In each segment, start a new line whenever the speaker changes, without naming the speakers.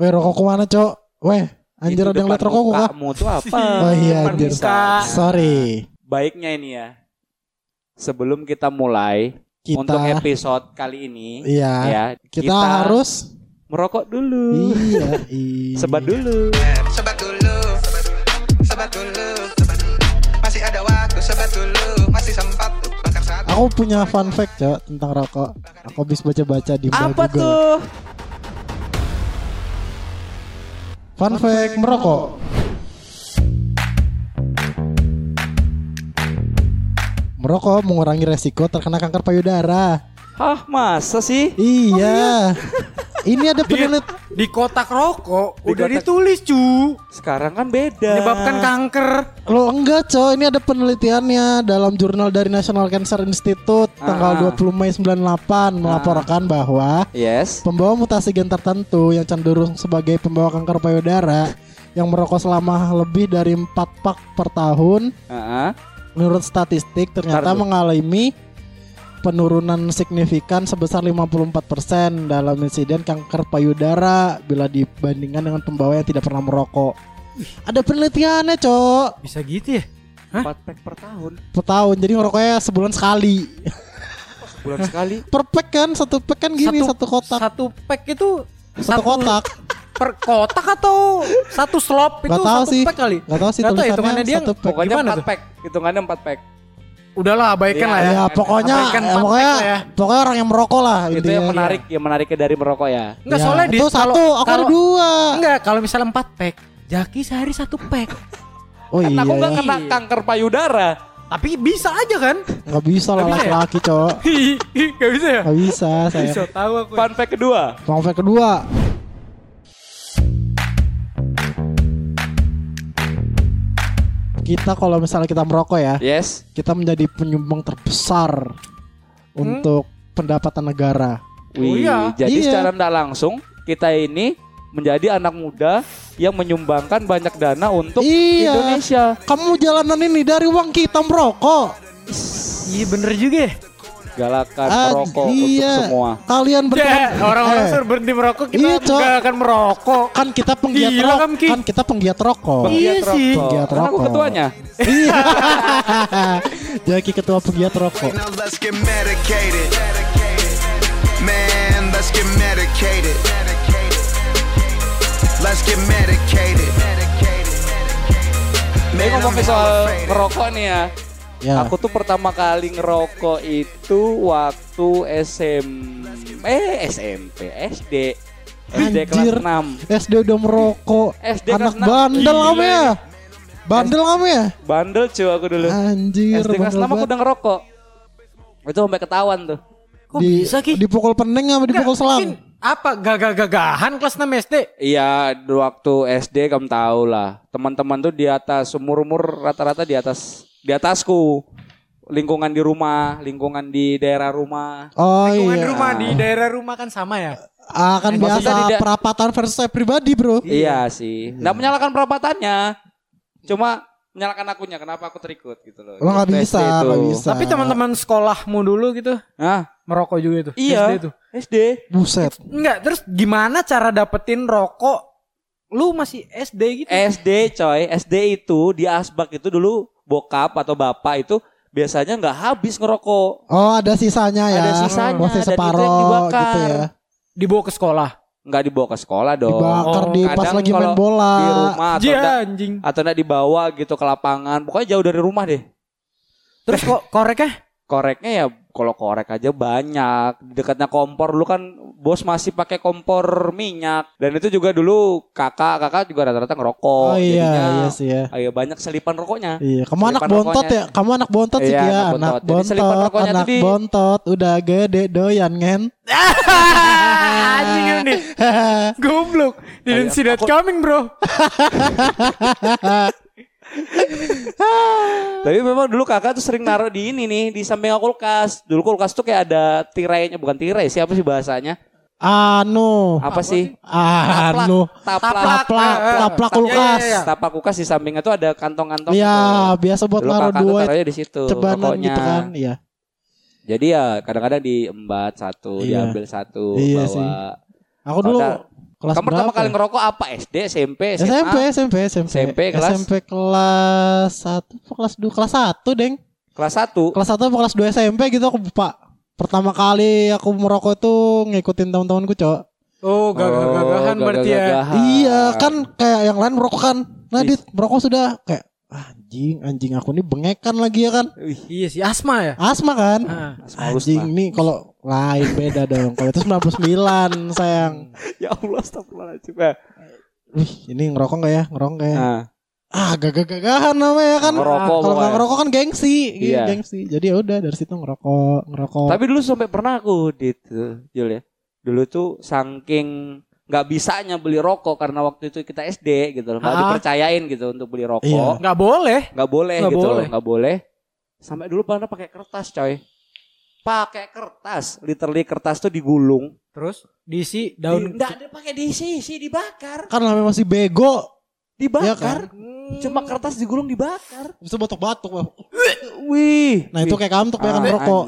Weh rokokku mana cok? Weh anjir ada yang liat rokokku kah?
Kamu tuh apa?
Oh iya
Depan
anjir.
muka.
Sorry.
Baiknya ini ya. Sebelum kita mulai untuk
Kita
episode kali ini
iya
ya,
kita, harus
merokok dulu.
iya iya.
Sebat dulu.
Sebat dulu, sebat dulu, sebat dulu. Masih ada waktu, sebat dulu, masih sempat tuh bakar satu.
Aku punya fun fact cok tentang rokok. Aku habis baca-baca di Mbak
Apa
Google.
tuh?
Fun fact merokok. Merokok mengurangi resiko terkena kanker payudara.
Hah, masa sih? Oh,
Iya. Ini ada penelit
Di kotak rokok
Di kotak-
udah ditulis cu
Sekarang kan beda.
menyebabkan kanker.
Lo enggak, cow. Ini ada penelitiannya dalam jurnal dari National Cancer Institute tanggal
Ah.
20 Mei 98 melaporkan bahwa
Yes.
pembawa mutasi gen tertentu yang cenderung sebagai pembawa kanker payudara yang merokok selama lebih dari 4 pak per tahun
Heeh.
menurut statistik ternyata
Bentar dulu.
mengalami penurunan signifikan sebesar 54% dalam insiden kanker payudara bila dibandingkan dengan pembawa yang tidak pernah merokok. Ada penelitiannya, Cok.
Bisa gitu ya?
4
Hah?
pack per tahun.
Per tahun. Jadi ngerokoknya sebulan sekali.
Sebulan sekali.
Per pack kan, satu pack kan gini, satu, kotak.
Satu pack itu
Satu, kotak.
per kotak atau satu slop itu
Gak tahu
satu
sih.
pack kali.
Gak tahu sih
Nggak tahu, ya,
tulisannya
hitungannya dia
satu pack.
Pokoknya
Gimana
4 pack. Hitungannya 4 pack.
Udahlah abaikan
Iya,
lah ya.
Ya, pokoknya
Abaikan
ya,
fun
pokoknya
fact lah ya. Gitu
pokoknya orang yang merokok lah
Itu
intinya.
yang menarik, yang menariknya dari merokok ya.
Enggak
Ya,
soalnya
itu
dia kalau-
satu, aku ada
kalau-
dua.
Enggak, kalau misalnya empat pack, Jaki sehari satu pack.
Oh
Kan
iya.
aku nggak
ya.
kena kanker payudara.
Tapi bisa aja kan?
Nggak bisa lah
Nggak bisa ya?
laki-laki, Cok.
Gak bisa ya?
Gak bisa saya.
Bisa tahu aku. ya.
Fun fact kedua.
Fun fact kedua. Kita kalau misalnya kita merokok ya,
Yes.
kita menjadi penyumbang terbesar untuk pendapatan negara.
Oh
Wih,
iya.
jadi
Iya.
secara tidak langsung kita ini menjadi anak muda yang menyumbangkan banyak dana untuk
Iya.
Indonesia.
Kamu jalanan ini dari uang kita merokok.
Iya bener juga ya.
Galakan
Ah,
merokok
iya.
untuk semua.
Kalian
Ya,
berdua
Orang-orang
Eh,
suruh berhenti merokok, kita
Iya, Cok.
nggak akan merokok.
kan kita penggiat
Gila,
rokok.
kamu, Ki.
Kan kita penggiat rokok.
Iya
Penggiat
sih.
rokok.
Penggiat
Kan aku
rokok.
ketuanya.
Iya. Jaki ketua penggiat rokok.
Now let's get medicated. Man, let's get medicated. Let's get medicated.
Ini
Man,
ngomongin
I'm
soal
faded.
merokok nih ya.
Ya.
Aku tuh pertama kali ngerokok itu waktu SM eh SMP SD
Anjir.
SD kelas 6
SD udah merokok.
SD
Anak
kelas enam.
bandel
Gila
kamu ya.
ya.
Bandel kamu ya.
bandel cuy aku dulu
Anjir.
SD kelas
bandel
6 aku
banget.
udah ngerokok itu sampai ketahuan tuh
Kok
Di-
bisa Ki?
Dipukul pening sama dipukul
Nggak,
selang.
mungkin Apa gagah-gagahan kelas 6 SD?
Iya, dulu waktu SD kamu tahu lah. Teman-teman tuh di atas umur-umur rata-rata di atas di atasku. Lingkungan di rumah, lingkungan di daerah rumah.
Oh
Lingkungan
iya.
rumah di daerah rumah kan sama ya?
Akan
Eh,
biasa
maksudnya tidak-
perapatan versus saya pribadi, Bro.
Iya, sih. Nggak menyalahkan perampatannya. Cuma menyalahkan akunya kenapa aku terikut gitu loh.
Lo Oh, nggak
Waktu
bisa,
SD itu.
nggak bisa.
Tapi teman-teman sekolahmu dulu gitu
Nah,
merokok juga itu.
iya.
SD
SD.
itu.
Buset.
Enggak, terus gimana cara dapetin rokok lu masih SD gitu?
SD coy, SD itu di asbak itu dulu bokap atau bapak itu biasanya nggak habis ngerokok.
Oh, ada sisanya ya.
Ada
Masih
sisanya, dan itu yang
separoh
dibakar.
gitu ya.
Dibawa ke sekolah.
Nggak dibawa ke sekolah dong.
Dibakar
Oh,
di pas
kadang
lagi main
kalau
bola.
di rumah atau
Iya,
nggak-
anjing.
atau enggak dibawa gitu ke lapangan. Pokoknya jauh dari rumah deh.
Terus kok koreknya?
Koreknya ya kalau korek aja banyak. Di Dekatnya kompor dulu kan bos masih pakai kompor minyak. Dan itu juga dulu kakak-kakak juga rata-rata ngerokok.
Oh
Jadinya
iya, iya sih ya.
ayo banyak selipan rokoknya.
Iya, kamu anak
Selipan
bontot
rokoknya.
ya? Kamu anak bontot sih
Iya,
ya,
anak
anak
bontot. Jadi selipan
bontot,
rokoknya
anak
tuh di-
bontot, udah gede doyan ngen.
Ah,
anjing lu nih. Goblok. Didn't see that coming, Bro.
Tapi memang dulu kakak tuh sering naruh di ini nih, di samping kulkas. Dulu kulkas tuh kayak ada tirainya, bukan tirai siapa sih bahasanya?
Anu,
Apa, sih?
anu,
Taplak. Taplak.
taplak, eh, taplak kulkas.
Iya, iya,
Tapak kulkas di sampingnya tuh ada kantong-kantong.
Iya,
gitu.
biasa buat
Dulu
naruh
kakak tuh
duit
taruhnya di situ.
cebanan
rokoknya.
gitu kan, iya.
Jadi ya kadang-kadang diembat satu,
Iya.
diambil satu,
Iya
bawa.
sih. Aku dulu
Padahal-
Kelas
Kamu pertama
berapa
kali
ya?
ngerokok apa? SD, SMP, SMA?
SMP, SMP, SMP.
SMP, kelas?
SMP kelas 1, kelas 2, kelas 1, Deng.
Kelas 1.
Kelas 1 kelas 2 SMP gitu aku lupa. Pertama kali aku merokok tuh ngikutin teman-temanku, Cok.
Oh, gagah-gagahan berarti ya.
Ah.
Iya, kan kayak yang lain merokok kan. Nah, Dit, merokok sudah kayak anjing, anjing aku nih bengekan lagi ya kan.
Iya sih, asma ya.
Asma kan?
Ah.
Anjing nih kalau lain beda dong. Kalau itu 99 sayang.
Ya Allah, astagfirullahaladzim. Eh,
Wih, ini ngerokok nggak ya? Ngerokok nggak ya?
Nah,
Ah, gagah-gagahan namanya kan.
ngerokok
Kalau nggak
pokoknya.
ngerokok kan gengsi, gitu,
Iya.
gengsi. Jadi ya udah dari situ ngerokok, ngerokok.
Tapi dulu sampai pernah aku di itu, Jul ya. Dulu tuh saking nggak bisanya beli rokok karena waktu itu kita SD gitu loh. Nggak
Ah.
dipercayain gitu untuk beli rokok.
Iya.
Nggak boleh.
nggak boleh
Nggak
gitu
boleh.
loh nggak boleh sampai dulu pernah pakai kertas coy pakai kertas literally kertas tuh digulung
Terus diisi
Di-
daun
nggak ada pakai diisi isi dibakar
kan namanya masih bego, Iya kan?
dibakar cuma kertas digulung dibakar
bisa batuk-batuk. Bang.
wih
Nah, itu kayak kantuk ya kan rokok.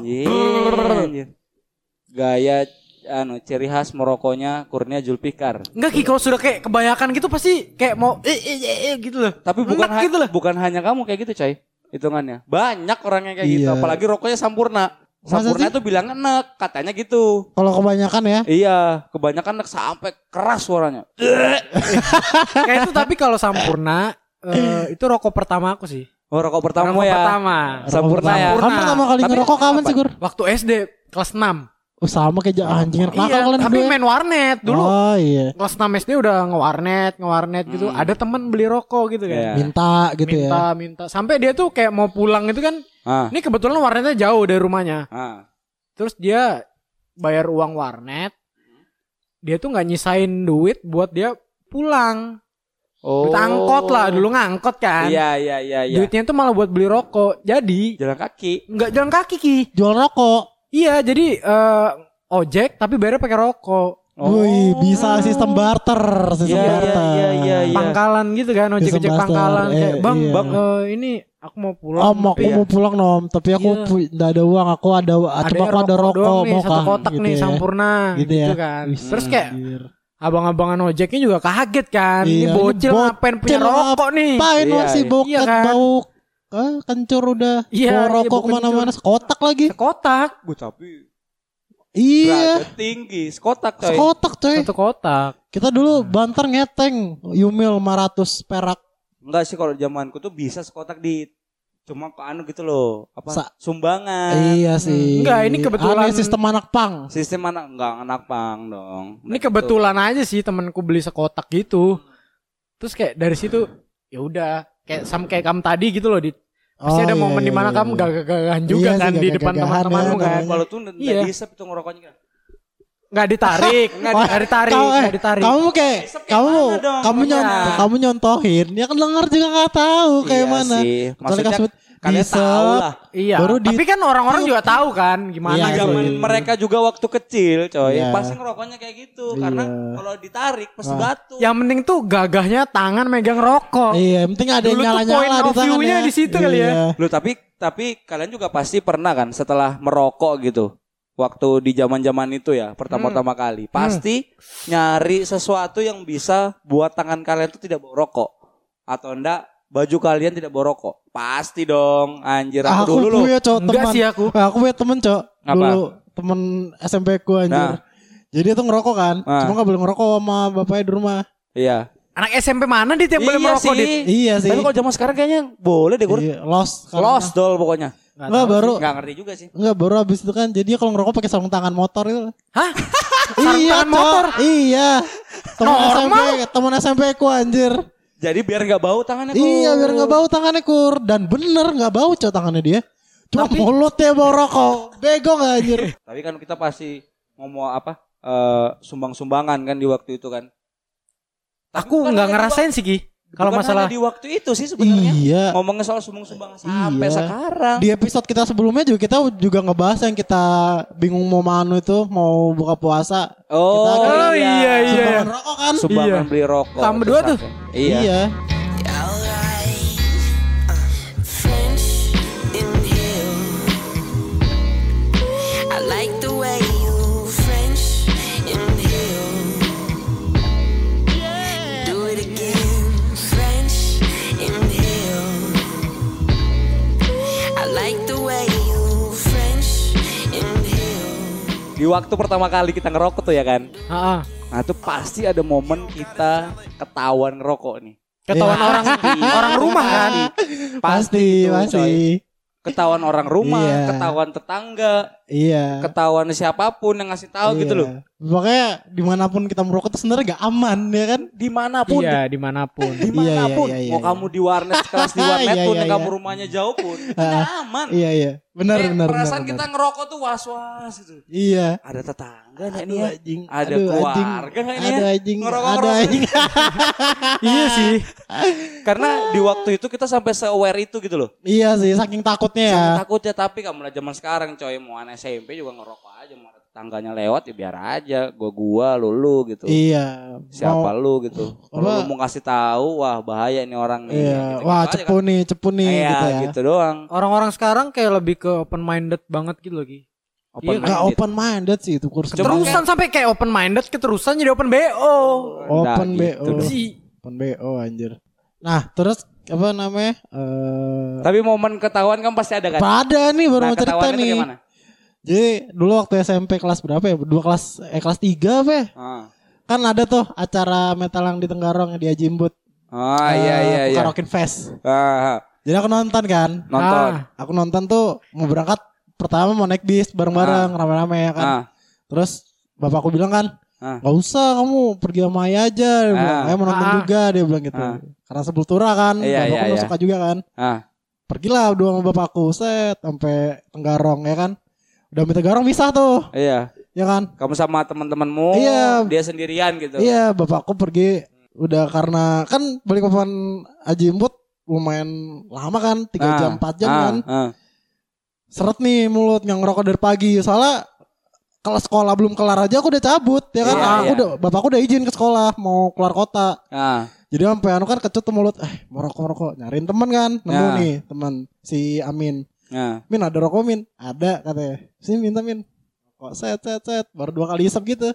gaya anu ciri khas merokoknya kurnia Julfikar
Enggak Ki kalau sudah kayak kebanyakan gitu pasti kayak mau eh, eh, eh, eh, gitu loh.
tapi bukan
Enak
ha-
gitu loh.
bukan hanya kamu kayak gitu coy hitungannya banyak orang yang kayak gitu
Iya.
apalagi rokoknya sampurna
Masa
sampurna
sih?
tuh bilang enak katanya gitu
Kalau kebanyakan ya,
Iya, kebanyakan anak sampai keras suaranya.
kayak itu tapi kalau sampurna eh, itu rokok pertama aku sih.
Oh, rokok pertama
rokok
ya.
pertama.
Sampurna ya.
Kamu
Pernah.
pertama kali
Tapi
ngerokok kapan
kapan?
sih, Gur?
Waktu SD kelas 6.
Oh, sama kayak ja- anjing nakal
iya,
kalian
tapi
berdua ya?
main warnet dulu.
Oh iya.
Kelas 6 SD udah ngewarnet, ngewarnet gitu.
Hmm.
Ada temen beli rokok gitu
Iya.
kan.
Minta gitu
minta,
ya.
minta. Sampai dia tuh kayak mau pulang itu kan.
Ah,
Ini kebetulan warnetnya jauh dari rumahnya.
ah.
Terus dia bayar uang warnet. Dia tuh nggak nyisain duit buat dia pulang.
Oh.
Duit angkot lah, dulu ngangkot kan.
Iya, iya, iya, iya.
Duitnya tuh malah buat beli rokok. Jadi
Jalan kaki.
nggak jalan kaki ki.
Jual rokok.
Iya, jadi eh, ojek tapi bayarnya pakai rokok.
Wih, bisa sistem barter, sistem
Oh. Iya, iya,
barter.
iya, iya, iya.
Pangkalan gitu kan, ojek-ojek
Disembastar,
pangkalan kayak,
eh,
"Bang,
iya.
Bang, eh, ini aku mau pulang."
Om, aku
tapi ya,
Iya.
mau pulang nom, tapi aku
Iya.
pu- nggak ada uang, aku ada, cuma
adanya
aku ada rokok,
doang nih,
mau
satu
kah?
kotak
Gitu
nih
ya.
sampurna
Gitu
gitu,
ya.
kan.
Wih,
Terus kayak
anjir.
abang-abangan ojeknya juga kaget kan.
Iya,
Ini
ini
bocil
bocil
ngapain punya
ngapa-
rokok nih?
Pain
Iya,
iya, si
iya.
bokep
Iya kan?
bau eh, kencur udah
Iya,
bawa
iya,
rokok
bau
kemana-mana sekotak lagi
Sekotak,
Gue tapi
iya
tinggi, sekotak coy.
sekotak coy
satu kotak.
kita dulu banter ngeteng Yumil 500 perak
Enggak sih kalau zamanku tuh bisa sekotak di cuma ke anu gitu loh. Apa?
Sa-
sumbangan.
iya sih
Hmm. Enggak, ini kebetulan-
Aneh sistem anak pang
Sistem anak enggak anak pang dong.
Ini kebetulan aja sih temanku beli sekotak gitu. Terus kayak dari situ ya udah kayak sama kayak kamu tadi gitu loh di pasti
Oh,
Oh,
iya,
ada momen di mana kamu gagah-gagahan juga
Iya sih,
kan di depan
gagah-gagahan
teman-temanmu
ya,
kan.
namanya.
Kalau tuh enggak
Iya.
dihisap tuh ngerokoknya.
Nggak ditarik, nggak
Oh,
nggak ditarik,
kamu- eh,
nggak ditarik.
kamu kayak kamu
mana dong?
kamu nyont
Iya.
kamu nyontohin ya kan denger juga nggak tahu kayak
Iya
mana
sih.
Kecuali
Maksudnya
kasut-
kalian
disep.
tahu lah.
Iya.
Baru di-
Tapi kan orang-orang juga tahu kan gimana
Iya,
Nah,
gitu.
zaman
sih.
mereka juga waktu kecil, coy.
Iya.
Pasti ngerokoknya kayak gitu karena
Iya.
kalau ditarik pasti
Wah.
batuk.
Yang penting tuh gagahnya tangan megang rokok.
iya yang penting ada yang
Dulu tuh
nyala-nyala
point
di
of
tangan
view-nya
ya
di situ kali ya.
Iya.
Loh, tapi tapi kalian juga pasti pernah kan setelah merokok gitu. Waktu di zaman-zaman itu ya,
Hmm.
pertama-tama kali. Pasti nyari sesuatu yang bisa buat tangan kalian tuh tidak bawa rokok. Atau enggak baju kalian tidak bawa rokok. Pasti dong, anjir
aku
aku, dulu loh.
punya cowok
Enggak
teman
sih aku.
Nah, aku punya temen cok
Apa?
dulu temen SMP ku anjir
Nah.
jadi itu ngerokok kan
Ah.
cuma gak boleh ngerokok sama bapaknya di rumah
Iya.
Anak SMP mana dit yang boleh merokok dit?
Iya sih.
Tapi kalau zaman sekarang kayaknya boleh deh, Gur.
Iya, lost karena-
Los dol pokoknya.
enggak baru
Enggak ngerti juga sih.
enggak baru habis itu kan jadi kalau ngerokok pakai sarung tangan motor itu
Hah?
iya
tangan motor?
iya temen
Normal.
SMP temen SMP ku anjir
Jadi biar nggak bau tangannya Gur.
iya biar nggak bau tangannya kur dan bener nggak bau cok tangannya dia cuma
Tapi-
mulutnya bau rokok bego nggak anjir
Tapi kan kita pasti ngomong apa eh, sumbang-sumbangan kan di waktu itu kan. Tapi
Aku
bukan
nggak
hanya
ngerasain sih Ki.
di-
Kalau
bukan gitu.
masalah
hanya di waktu itu sih sebenarnya.
iya
Ngomongnya soal sumbang-sumbangan sampai
Iya.
sekarang.
di episode kita sebelumnya juga kita juga ngebahas yang kita bingung mau manu itu mau buka puasa
Oh,
Kita ada-
Oh, iya, iya.
sumbangan rokok kan
Sumbangan
Iya.
beli rokok.
Sama berdua
terus
tuh.
sampai- Iya.
Alright, French inhale. I like the way you French inhale.
di waktu pertama kali kita ngerokok tuh ya kan.
Ah, ah.
Nah itu pasti ada momen kita ketahuan ngerokok nih.
Ketahuan
Iya.
orang orang rumah kan.
Pasti
pasti
itu,
pasti
coy. Ketahuan orang rumah,
Iya.
ketahuan tetangga,
iya
ketahuan siapapun yang ngasih tahu gitu
Iya.
loh.
makanya dimanapun kita merokok tuh sebenarnya gak aman ya kan
Dimanapun,
Iya, dimanapun.
dimanapun,
Iya, iya, iya,
mau
iya.
kamu di warnet kelas di warnet
Iya,
pun,
iya,
yang kamu
iya.
rumahnya jauh pun, kita
Ah,
aman.
iya iya benar
Eh,
benar benar,
perasaan kita
benar.
ngerokok tuh was-was gitu.
iya
Ada tetangga nggak nih
Aduh
ya?
anjing,
Ada
aduh, anjing,
keluarga nggak ini
ada
ya?
anjing, ada
Ngerokok-ngerokok.
anjing.
iya sih.
Karena di waktu itu kita sampai se-aware itu gitu loh.
iya sih, saking takutnya ya.
Saking takutnya tapi kamu lah zaman sekarang coy mau anak SMP juga ngerokok aja mau ada tetangganya lewat ya biar aja gua gua lu lu gitu
Iya.
siapa
mau-
lu gitu kalau
Apa?
lu mau kasih tahu wah bahaya nih orang nih
Iya.
Gitu-gitu
Wah,
aja kan.
cepu nih, cepu nih
Iya,
gitu ya.
gitu doang
Orang-orang sekarang kayak lebih ke open minded banget gitu loh, Ki.
open
Iya,
Gak
minded.
open minded sih itu kursi.
kan?
Keterusan sampai kayak open minded, keterusan jadi open BO.
Nah,
Oh, Open
gitu
BO.
dong.
Si
Open BO anjir. Nah, terus apa namanya? Eh
tapi momen ketahuan kan pasti ada kan
pada nih baru
Nah,
mau cerita
ketahuannya tuh
nih.
gimana?
Jadi dulu waktu SMP kelas berapa ya? Dua kelas eh kelas tiga apa ya?
ah,
Kan ada tuh acara metalang di Tenggarong yang di Haji Imbut.
ah
Eh,
iya iya iya
Karaoke Fest.
ah, ah.
Jadi aku nonton kan.
nonton
Ah,
aku nonton tuh mau berangkat pertama mau naik bis bareng-bareng rame-rame ya kan.
ah,
Terus bapakku bilang kan,
Ah.
nggak usah kamu pergi sama ayah aja. Dia
Ah.
bilang, ayah mau nonton
Ah.
juga dia bilang gitu.
Ah.
Karena Sepultura kan,
Iya,
bapakku
iya,
kan
iya.
suka juga kan.
ah.
Pergilah berdua sama bapakku, set sampai Tenggarong ya kan. Udah sampai Tenggarong bisa tuh,
iya
ya kan.
kamu sama teman-temanmu
Iya.
dia sendirian gitu
Iya, bapakku pergi udah karena kan balik papan Aji Imbut lumayan lama kan, 3
Ah,
jam 4 jam
ah,
kan.
ah.
seret nih mulut yang ngerokok dari pagi soalnya kalau sekolah belum kelar aja aku udah cabut ya kan
Iya,
aku
iya.
udah bapakku udah izin ke sekolah mau keluar kota
Ah,
jadi sampai anu kan kecut tuh mulut eh mau rokok rokok nyariin temen kan nemu
Nah.
nih teman si Amin
ah.
Min ada rokok Min ada katanya sini minta Min kok set set set baru dua kali isap gitu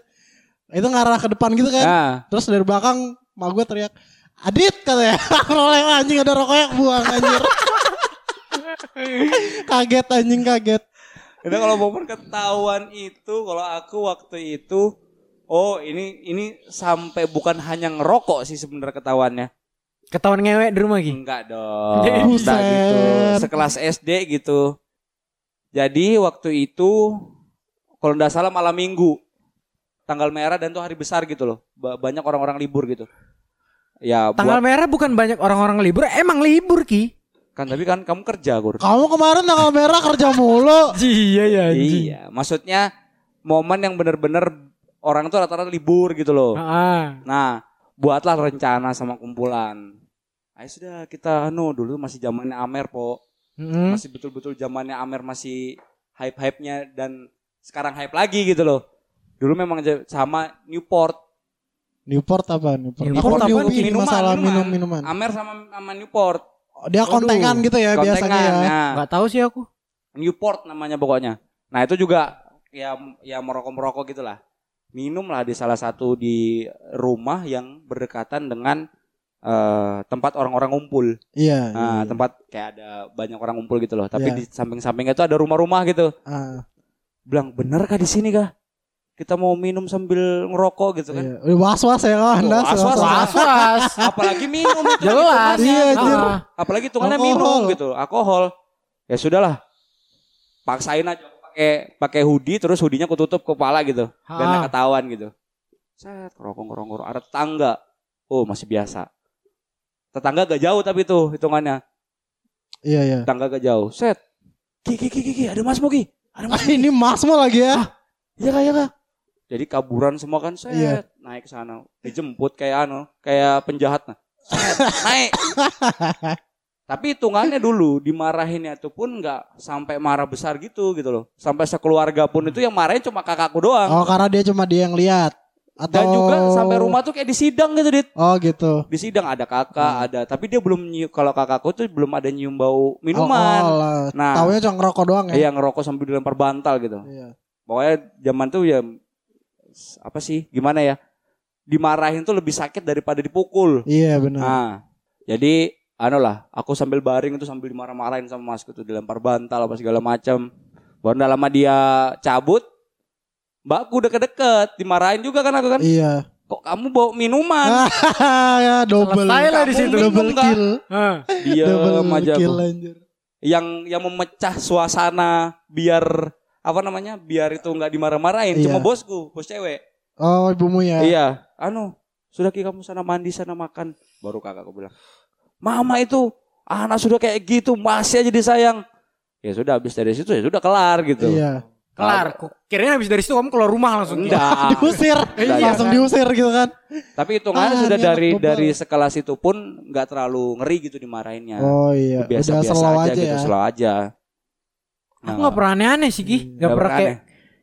itu ngarah ke depan gitu kan
Ah.
terus dari belakang mak gue teriak Adit katanya Roleng anjing ada rokoknya buang anjir Kaget anjing kaget
Karena kalau momen ketahuan itu kalau aku waktu itu oh ini ini sampai bukan hanya ngerokok sih sebenarnya ketahuannya.
ketahuan ngewe di rumah, Ki.
Enggak dong.
Buset.
Enggak gitu. Sekelas SD gitu. Jadi waktu itu kalau nggak salah malam Minggu tanggal merah dan tuh hari besar gitu loh. Ba- Banyak orang-orang libur gitu. Ya
Tanggal
buat
merah bukan banyak orang-orang libur, emang libur, Ki.
kan tapi kan kamu kerja, Gur.
Kamu kemarin tanggal merah kerja mulu.
Iya ya anjing.
Iya, maksudnya momen yang bener-bener orang tuh rata-rata libur gitu loh.
Ah,
Nah, buatlah rencana sama kumpulan. Ayo sudah kita anu dulu masih zamannya Amer, Po.
Hmm?
Mm-mm.
Masih betul-betul zamannya Amer masih hype-hype-nya dan sekarang hype lagi gitu loh. Dulu memang ja- sama Newport.
Newport apa? Newport.
Newport
Aku
apa?
newbie nih
Minuman,
masalah
minuman.
minum-minuman.
Amer sama sama Newport.
Dia kontengan gitu ya biasanya
Kontengan,
ya.
nah.
nggak tahu sih aku.
Newport namanya pokoknya. Nah, itu juga ya ya merokok-merokok gitulah. Minumlah di salah satu di rumah yang berdekatan dengan eh, tempat orang-orang ngumpul.
Iya. iya,
Nah,
iya.
tempat kayak ada banyak orang ngumpul gitu loh. Tapi
Iya.
di samping-sampingnya itu ada rumah-rumah gitu.
Ah,
Bilang bener kah di sini kah? Kita mau minum sambil ngerokok gitu kan.
iya. Udah Was-was ya kan.
Oh,
Anda,
was-was,
was-was.
Was-was.
Apalagi minum itu kan
Jelas.
hitungannya.
Iya,
Ah,
anjir.
Apalagi hitungannya
Alkohol.
minum gitu, alkohol. Ya sudahlah. Paksain aja pakai pakai hoodie terus hoodie-nya kututup kepala gitu. Biar
Ah.
nggak ketahuan gitu. Set, ngerokok ngerokok ngerokok. ada tetangga. Oh, masih biasa. Tetangga gak jauh tapi tuh hitungannya.
Iya iya.
tangga gak jauh. Set. Ki, ki, ki, ki, ki, ada Mas Mogi. Ada Mas.
Ah, Ini Mas mau lagi ya.
Iya kak, iya kak. Jadi kaburan semua kan set
Iya.
naik ke sana. Dijemput kayak anu, kayak penjahat nah. Set, naik. Tapi hitungannya dulu dimarahinnya itu pun nggak sampai marah besar gitu gitu loh. Sampai sekeluarga pun itu yang marahin cuma kakakku doang.
Oh karena dia cuma dia yang lihat. Atau...
Dan juga sampai rumah tuh kayak disidang gitu, Dit.
Oh gitu.
Di sidang ada kakak, ada tapi dia belum nyium kalau kakakku tuh belum ada nyium bau minuman.
Alkohol Oh, lah.
Nah.
Taunya cuma ngerokok doang ya.
Iya, ngerokok sambil dilempar bantal gitu.
Iya.
pokoknya zaman tuh ya s- apa sih gimana ya dimarahin tuh lebih sakit daripada dipukul
Iya benar.
nah jadi anu lah aku sambil baring itu sambil dimarah-marahin sama masku tuh dilempar bantal apa segala macam baru nggak lama dia cabut Mbakku deket-deket, dimarahin juga kan aku kan.
Iya.
Kok kamu bawa minuman?
Ah, ya double.
Selesai lah di
Kamu
situ.
minum
Double
nggak?
kill.
Hah.
Diem
Double
aja aku.
kill anjir.
Yang yang memecah suasana biar apa namanya? Biar itu nggak dimarah-marahin
Iya.
cuma bosku, bos cewek.
Oh, ibumu ya.
Iya. Anu, sudah ki kamu sana mandi sana makan. Baru kakakku bilang, "Mama itu anak sudah kayak gitu, masih aja disayang." Ya sudah habis dari situ ya sudah kelar gitu.
Iya.
Kelar. Ku- Kirain habis dari situ kamu keluar rumah langsung.
Enggak.
Diusir.
Iya,
Langsung
kan?
diusir gitu kan.
Tapi hitungannya
Ah,
sudah
ini anak
dari
bebal.
dari sekelas itu pun nggak terlalu ngeri gitu dimarahinnya.
Oh iya. Udah
Biasa-biasa
slow
aja,
aja
gitu,
ya.
slow aja. Nah,
Aku nggak pernah aneh-aneh sih, Ki. Nggak pernah kayak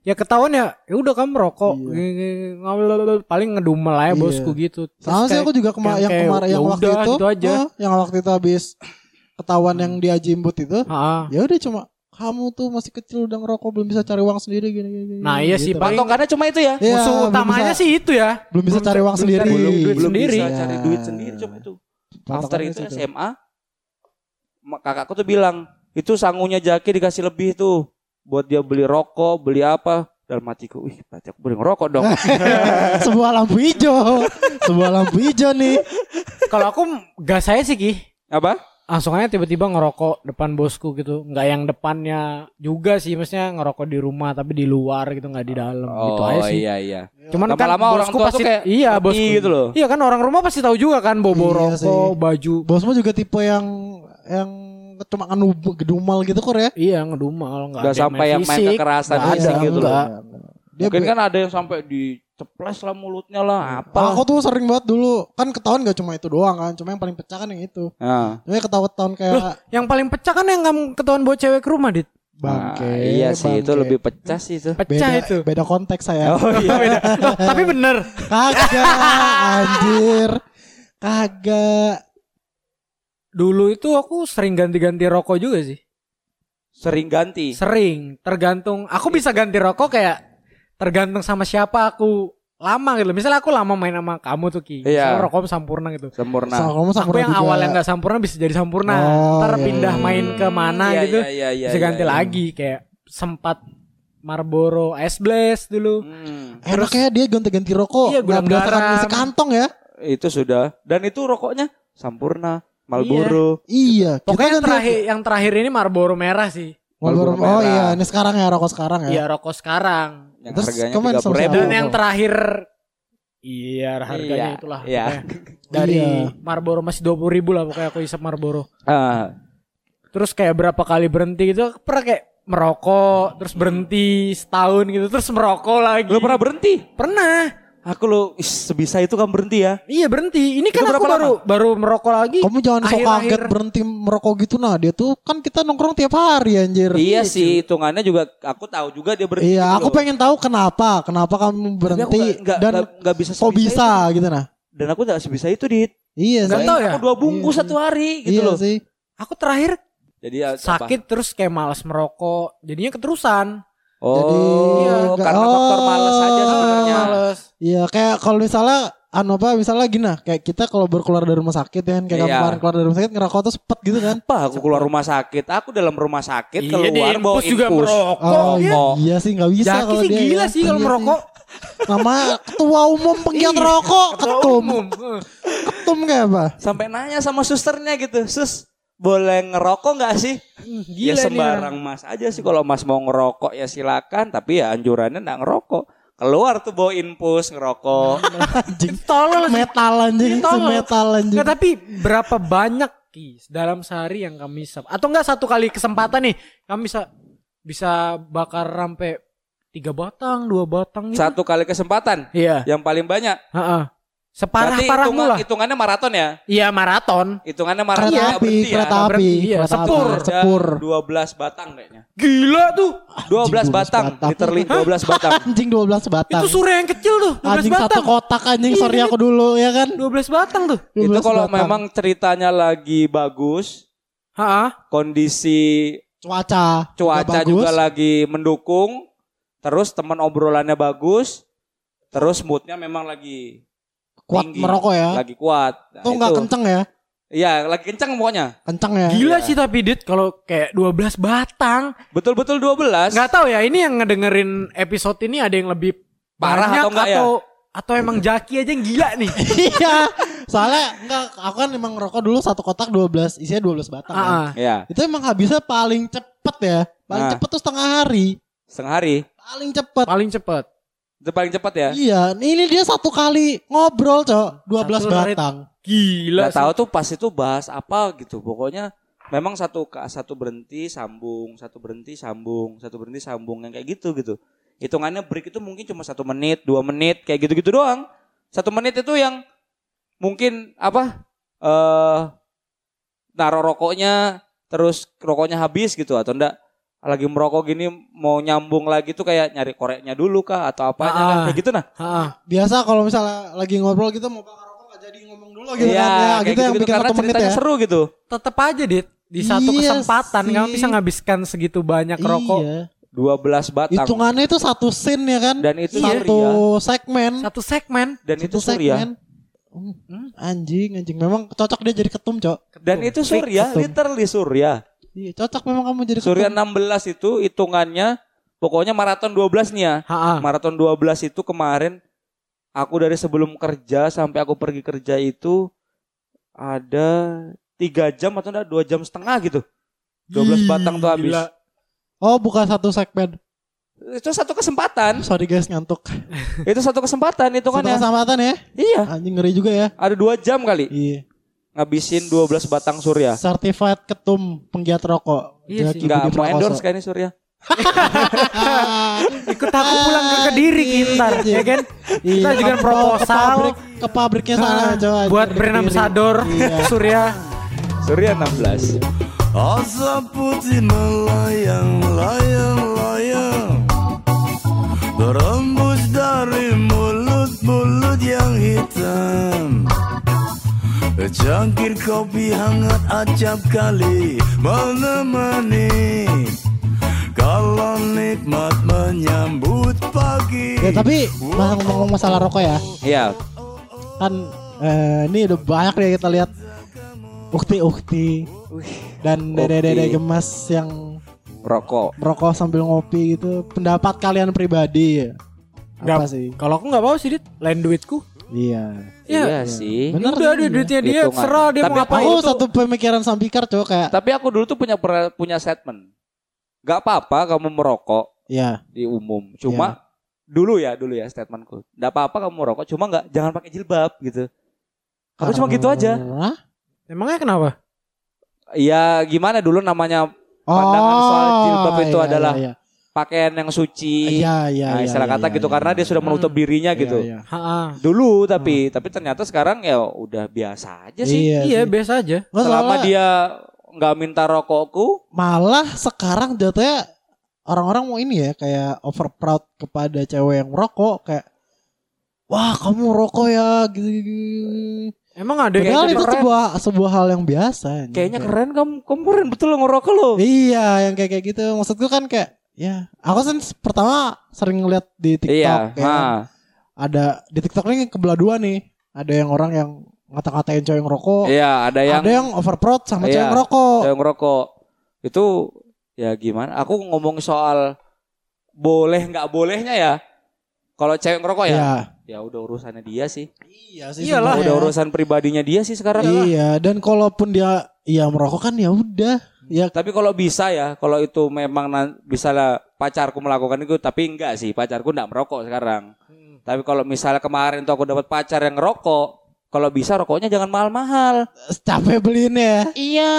ya ketahuan ya, ya udah kamu merokok.
Iya.
Gini, gini, ngomel- paling ngedumel aja
Iya.
bosku gitu. Terus
Sama sih
kayak-
aku juga kema-
yang
yang
kayak,
kemarin yang
"Ya
waktu
udah,
itu,
gitu aja."
eh, yang waktu itu habis ketahuan yang dia jimbut itu,
Ah,
ya udah cuma kamu tuh masih kecil udah ngerokok belum bisa cari uang sendiri gini gini. gini."
Nah, iya sih,
Gitu.
Pak.
Patokannya cuma itu ya.
Iya,
Musuh
belum
utamanya
bisa-
sih itu ya.
belum bisa
belum
cari
bisa-
uang
belum
sendiri.
cari
Belum,
duit
belum
sendiri.
bisa cari duit
Ya.
sendiri cuma itu. After
Patokannya
itu
situ.
SMA ma- kakakku tuh bilang, "Itu sangunya Jaki dikasih lebih tuh buat dia beli rokok, beli apa." Dalam hatiku, "Wih, berarti aku beli ngerokok dong."
sebuah lampu hijau, sebuah lampu hijau nih.
Kalau aku gas saya sih, Ki.
apa?
Langsung aja tiba-tiba ngerokok depan bosku gitu. Nggak yang depannya juga sih, maksudnya ngerokok di rumah tapi di luar gitu, nggak di dalam gitu aja sih.
iya iya.
Cuman kan
Lama-lama orang
bosku
tua
pasti
tuh kayak
iya,
ngerti
bosku.
gitu loh.
Iya kan orang rumah pasti tahu juga kan bobo
Iya
rokok,
sih.
baju.
Bosmu juga tipe yang yang cuma anu gedumal gitu kor ya. Iya,
Iya, ngedumal enggak
Udah sampai yang main kekerasan
Nggak
fisik
ada,
gitu loh.
enggak.
Dia
Mungkin
be-
kan ada yang sampai diceples lah mulutnya
Iya.
lah
Oh,
Ah,
apa.
aku tuh sering banget dulu kan ketahuan gak cuma itu doang kan, cuma yang paling pecah kan yang itu.
Nah,
Cuma ketahuan tahun kayak
Yang paling pecah kan yang kamu ketahuan bawa cewek ke rumah, Dit.
bangke.
nah, iya sih itu
bangke.
lebih Oh. pecah sih itu.
Pecah
beda,
itu.
Beda konteks saya.
iya.
Beda. Loh, tapi bener.
Kagak anjir. Kagak.
Dulu itu aku sering ganti-ganti rokok juga sih.
Sering ganti.
Sering, tergantung. Aku
Iya.
bisa ganti rokok kayak tergantung sama siapa aku lama gitu. Misalnya aku lama main sama kamu tuh Ki.
Iya.
Misalnya rokok sempurna gitu.
Sama
Sempurna.
kamu sama
Aku yang
Raditya.
awalnya nggak sempurna bisa jadi sempurna.
Oh,
Ntar
iya.
pindah main ke mana
Hmm. Iya,
gitu.
Iya iya Nah, iya.
bisa
iya,
ganti
iya.
lagi kayak sempat Marlboro Ice Blast dulu.
Hmm.
Enaknya dia ganti-ganti rokok.
Iya,
Nggak
gula
berdasarkan
garam.
isi kantong ya.
itu sudah dan itu rokoknya sempurna Marlboro
Iya. kita
Pokoknya yang
ganti-
terakhir yang terakhir ini Marlboro merah sih.
Marlboro-
Marlboro
Oh
merah.
iya, ini sekarang ya rokok sekarang ya.
Iya rokok sekarang.
yang
Terus
harganya
kemarin
tiga
sama
ribu
siapa?
Dan yang terakhir Iya
Iya,
harganya itulah
iya.
pokoknya. Dari
Iya.
Marlboro masih 20 ribu lah pokoknya aku isap Marlboro
Ah.
Terus kayak berapa kali berhenti gitu Pernah kayak merokok Terus berhenti setahun gitu Terus merokok lagi
lo pernah berhenti
Pernah
aku lo ih, sebisa itu kan berhenti ya
Iya berhenti Ini kan
Itu
aku
berapa
baru baru merokok lagi
Kamu jangan sok
Akhir-akhir-
kaget berhenti merokok gitu nah. Dia tuh kan kita nongkrong tiap hari anjir.
iya sih hitungannya juga aku tahu juga dia berhenti
Iya,
gitu
aku
loh.
pengen tahu kenapa, kenapa kamu
Tapi aku
berhenti
nggak- nggak-
dan
nggak- nggak bisa
kok
sebisa
bisa
itu.
gitu nah.
dan aku nggak sebisa itu dit
Iya,
Nggak
saya.
tahu ya
aku dua bungkus
Iya,
satu hari gitu
iya
loh
sih.
Aku terakhir
jadi ya, apa?
sakit terus kayak malas merokok jadinya keterusan
oh
Jadi, iya, nggak-
karena faktor
oh,
males aja
Ah.
sebenarnya
Iya, kayak kalau misalnya anu apa misalnya gini nah, kayak kita kalau berkeluar dari rumah sakit ya kan kayak kamu
Iya.
kemarin keluar dari rumah sakit ngerokok tuh sepet gitu kan.
apa aku keluar rumah sakit aku dalam rumah sakit
iya di
keluar bawa
infus juga
infus.
merokok
Oh,
ya.
iya, iya sih nggak bisa
Jaki
kalau
sih
dia.
gila
ya.
sih kalau
Iya
merokok
Nama ketua umum penggiat rokok,
Ketua
ketum,
umum.
ketum kayak apa?
sampai nanya sama susternya gitu sus boleh ngerokok nggak sih ya
Hmm, Gila nih orang.
sembarang mas aja sih kalau mas mau ngerokok ya silakan tapi ya anjurannya nggak ngerokok keluar tuh bawa infus ngerokok
Anjing.
Tolol sih.
Metal anjing,
Iya, tolol.
si metal anjing.
Nggak, tapi berapa banyak Ki dalam sehari yang kami isap atau enggak satu kali kesempatan nih kami bisa bisa bakar sampai tiga batang dua batang gitu
satu kali kesempatan
iya
yang paling banyak
Heeh. separah
Berarti
parah
hitungan-
mula
hitungannya maraton ya
iya maraton
hitungannya maraton
kereta
nggak
api,
berhenti ya.
kereta
Nggak
api,
berhenti, iya.
kereta api,
Sepur.
sepur.
12 batang kayaknya
gila tuh
12
12 batang
batang.
literally 12 batang
Anjing 12 batang.
itu surya yang kecil tuh 12
anjing
batang
satu kotak anjing
Iya,
sorry
iya.
aku dulu ya kan.
12 batang tuh
12
itu kalau
batang.
memang ceritanya lagi bagus
Heeh.
kondisi
cuaca bagus.
cuaca juga lagi mendukung terus teman obrolannya bagus terus moodnya memang lagi
kuat
tinggi,
merokok ya.
lagi kuat Nah,
Tuh nggak
itu.
kenceng ya.
Iya, lagi kencang pokoknya.
Kencang ya.
Gila
iya.
sih tapi Dit kalau kayak 12 batang.
Betul-betul 12.
Nggak tahu ya ini yang ngedengerin episode ini ada yang lebih
Parah
banyak
atau nggak ya?
atau, atau emang jaki aja yang gila nih.
Iya. Soalnya enggak aku kan emang ngerokok dulu satu kotak 12, isinya 12 batang. kan.
Ah, ah.
Iya,
Itu emang habisnya paling cepet ya. Paling
Ah.
cepet tuh setengah hari.
setengah hari.
Paling cepet.
paling cepet.
Itu paling cepat ya.
Iya, ini dia satu kali ngobrol, Cok. 12
Satu hari-
batang.
Gila.
Gak tahu tuh pas itu bahas apa gitu. Pokoknya memang satu ke- satu berhenti sambung, satu berhenti sambung, satu berhenti sambung yang kayak gitu gitu. Hitungannya break itu mungkin cuma satu menit, dua menit kayak gitu-gitu doang. Satu menit itu yang mungkin apa? Eh naruh rokoknya terus rokoknya habis gitu atau enggak lagi merokok gini mau nyambung lagi tuh kayak nyari koreknya dulu kah atau apanya
Ah.
kan kayak gitu nah
Heeh.
Biasa kalau misalnya lagi ngobrol gitu mau bakar rokok nggak jadi ngomong dulu gitu
Iya,
kan. Ya,
kayak
gitu, yang
gitu-gitu,
bikin
karena
satu menit
ceritanya
ya.
seru gitu
Tetep aja Dit di satu
Iya
kesempatan
sih.
kamu bisa nghabiskan segitu
ya,
banyak rokok.
Iya.
12 batang
Hitungannya itu satu scene ya kan?
dan itu ya.
satu
surya
segmen.
Satu segmen.
dan
Satu
Kan itu surya
segmen. Hmm, Anjing, anjing. Memang cocok dia jadi ketum, Cok.
dan itu surya
Ketum.
literally surya
Iya, cocok memang kamu jadi ketum.
surya 16 itu hitungannya pokoknya maraton 12 nih ya
Heeh.
maraton 12 itu kemarin aku dari sebelum kerja sampai aku pergi kerja itu ada tiga jam atau enggak dua jam setengah gitu 12 batang tuh habis
Gila.
Oh, bukan satu segmen.
itu satu kesempatan
Sorry guys, ngantuk.
itu satu kesempatan
Satu
hitungannya
kesempatan ya.
iya
Anjing ngeri juga ya.
ada dua jam kali
Iya.
ngabisin 12 batang surya
Certified ketum penggiat rokok.
Iya sih.
Jaki
nggak
Budi
mau
Prakoso.
endorse kayak ini surya
Ah,
Ikut aku pulang ke Kediri kita,
Anjing.
ya kan?
iya,
Kita juga
ke- ke
proposal
pabrik- ke pabriknya sana
Ah,
coba.
buat
Jadi
brand
diri.
ambassador
Iya.
Surya.
surya 16
Asap putih melayang, layang, layang Berembus dari mulut-mulut yang hitam Cangkir kopi hangat acap kali menemani Kalau nikmat menyambut pagi
Ya tapi mas ngomong masalah rokok ya
iya
kan eh, ini udah banyak deh kita lihat ukti-ukti dan dede-dede
Ukti.
gemas yang
rokok
merokok sambil ngopi gitu. Pendapat kalian pribadi apa
Nggak-
sih?
Kalau aku nggak mau sih, Dit, lain duitku.
Iya.
Iya sih.
Bener.
udah
sih,
ada
iya.
duitnya dia,
Hitungan.
serah dia mau
Tapi
ngapain.
Aku
itu.
satu pemikiran sambikar coba kayak
Tapi aku dulu tuh punya per- punya statement. Gak apa-apa kamu merokok
ya
di umum.
Iya.
Cuma dulu ya, dulu ya statementku. Gak apa-apa kamu merokok, cuma nggak jangan pakai jilbab gitu. Aku cuma gitu aja.
Karena-
Emangnya kenapa?
Ah.
Ya gimana dulu namanya Pandangan soal jilbab itu adalah
Oh, iya
pakaian yang suci.
iya iya.
Nah,
iya,
istilah
iya,
kata
iya,
gitu karena
iya.
dia sudah menutup dirinya
Iya,
gitu.
Iya.
Ha-ha.
Dulu tapi tapi ternyata sekarang ya udah biasa aja sih.
Iya,
Iya,
sih.
biasa aja.
Nggak,
Selama
soalnya
dia nggak minta rokokku,
malah sekarang jatuhnya orang-orang mau ini ya kayak over proud kepada cewek yang merokok kayak wah kamu rokok ya gitu, gitu.
Emang ada yang
Padahal
Kayaknya
itu
keren.
sebuah sebuah hal yang biasa. anjing.
kayaknya
Kayak-
keren kamu, kamu keren betul lo ngerokok lo.
Iya, yang kayak kayak gitu. Maksudku kan kayak ya, aku kan s- pertama sering ngeliat di TikTok
Iya,
ya kan.
ha.
ada di TikTok ini kebelah dua nih. Ada yang orang yang ngata-ngatain cewek yang rokok,
Iya, ada yang
ada yang over proud sama cewek
Iya,
yang ngerokok.
saya ngerokok itu ya gimana aku ngomong soal boleh nggak bolehnya ya kalau cewek ngerokok ya ya udah urusannya dia sih
Iya sih.
Iyalah.
sebenarnya.
udah urusan pribadinya dia sih sekarang
Iya, dan kalaupun dia ya merokok kan ya udah. Ya
tapi kalau bisa ya kalau itu memang nan- bisa lah pacarku melakukan itu tapi enggak sih pacarku enggak merokok sekarang
Hmm.
tapi kalau misalnya kemarin tuh aku dapat pacar yang ngerokok kalau bisa rokoknya jangan mahal-mahal
capek beliinnya ya.
iya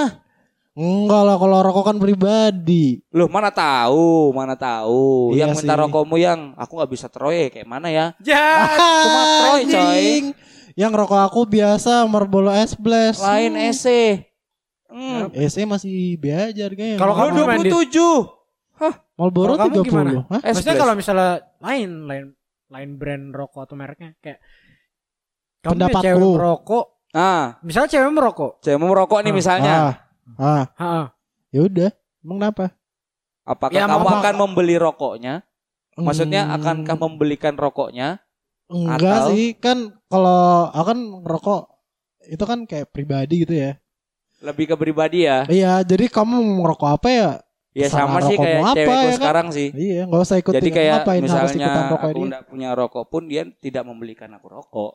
Enggak lah kalau rokok kan pribadi.
loh mana tahu mana tahu
Iya
yang minta
sih.
rokokmu yang aku nggak bisa teroyek kayak mana ya
Ya,
cuma Troy, coy.
Anjing. Yang rokok aku biasa Marlboro S Blast.
lain SC. Hmm.
SE masih biasa harganya.
Kalau
Lo
kamu gimana, Dit?
27.
Marlboro
kalau kamu
30.
gimana?
Hah?
S
Maksudnya
plus.
kalau misalnya lain lain lain brand rokok atau mereknya kayak kamu ya
Pendapatku.
cewek merokok,
Nah,
misalnya cewek merokok,
saya mau merokok nih
Hmm.
misalnya.
Ah, ah,
Ha-ha.
ya udah. Emang kenapa?
Apakah
Ya,
kamu
apa-
akan membeli rokoknya? Maksudnya
Hmm,
akankah membelikan rokoknya?
enggak
atau-
sih kan kalau aku kan rokok itu kan kayak pribadi gitu ya.
Lebih ke pribadi ya.
Iya, jadi kamu mau ngerokok apa ya?
Ya
Sama
sama sih
rokok
kayak
mau apa,
cewek gue
ya kan?
sekarang sih.
Iya, nggak usah ikutin
Jadi kayak
ngapain harus
misalnya
ikutan rokok
aku
ini.
nggak punya rokok pun dia tidak membelikan aku rokok.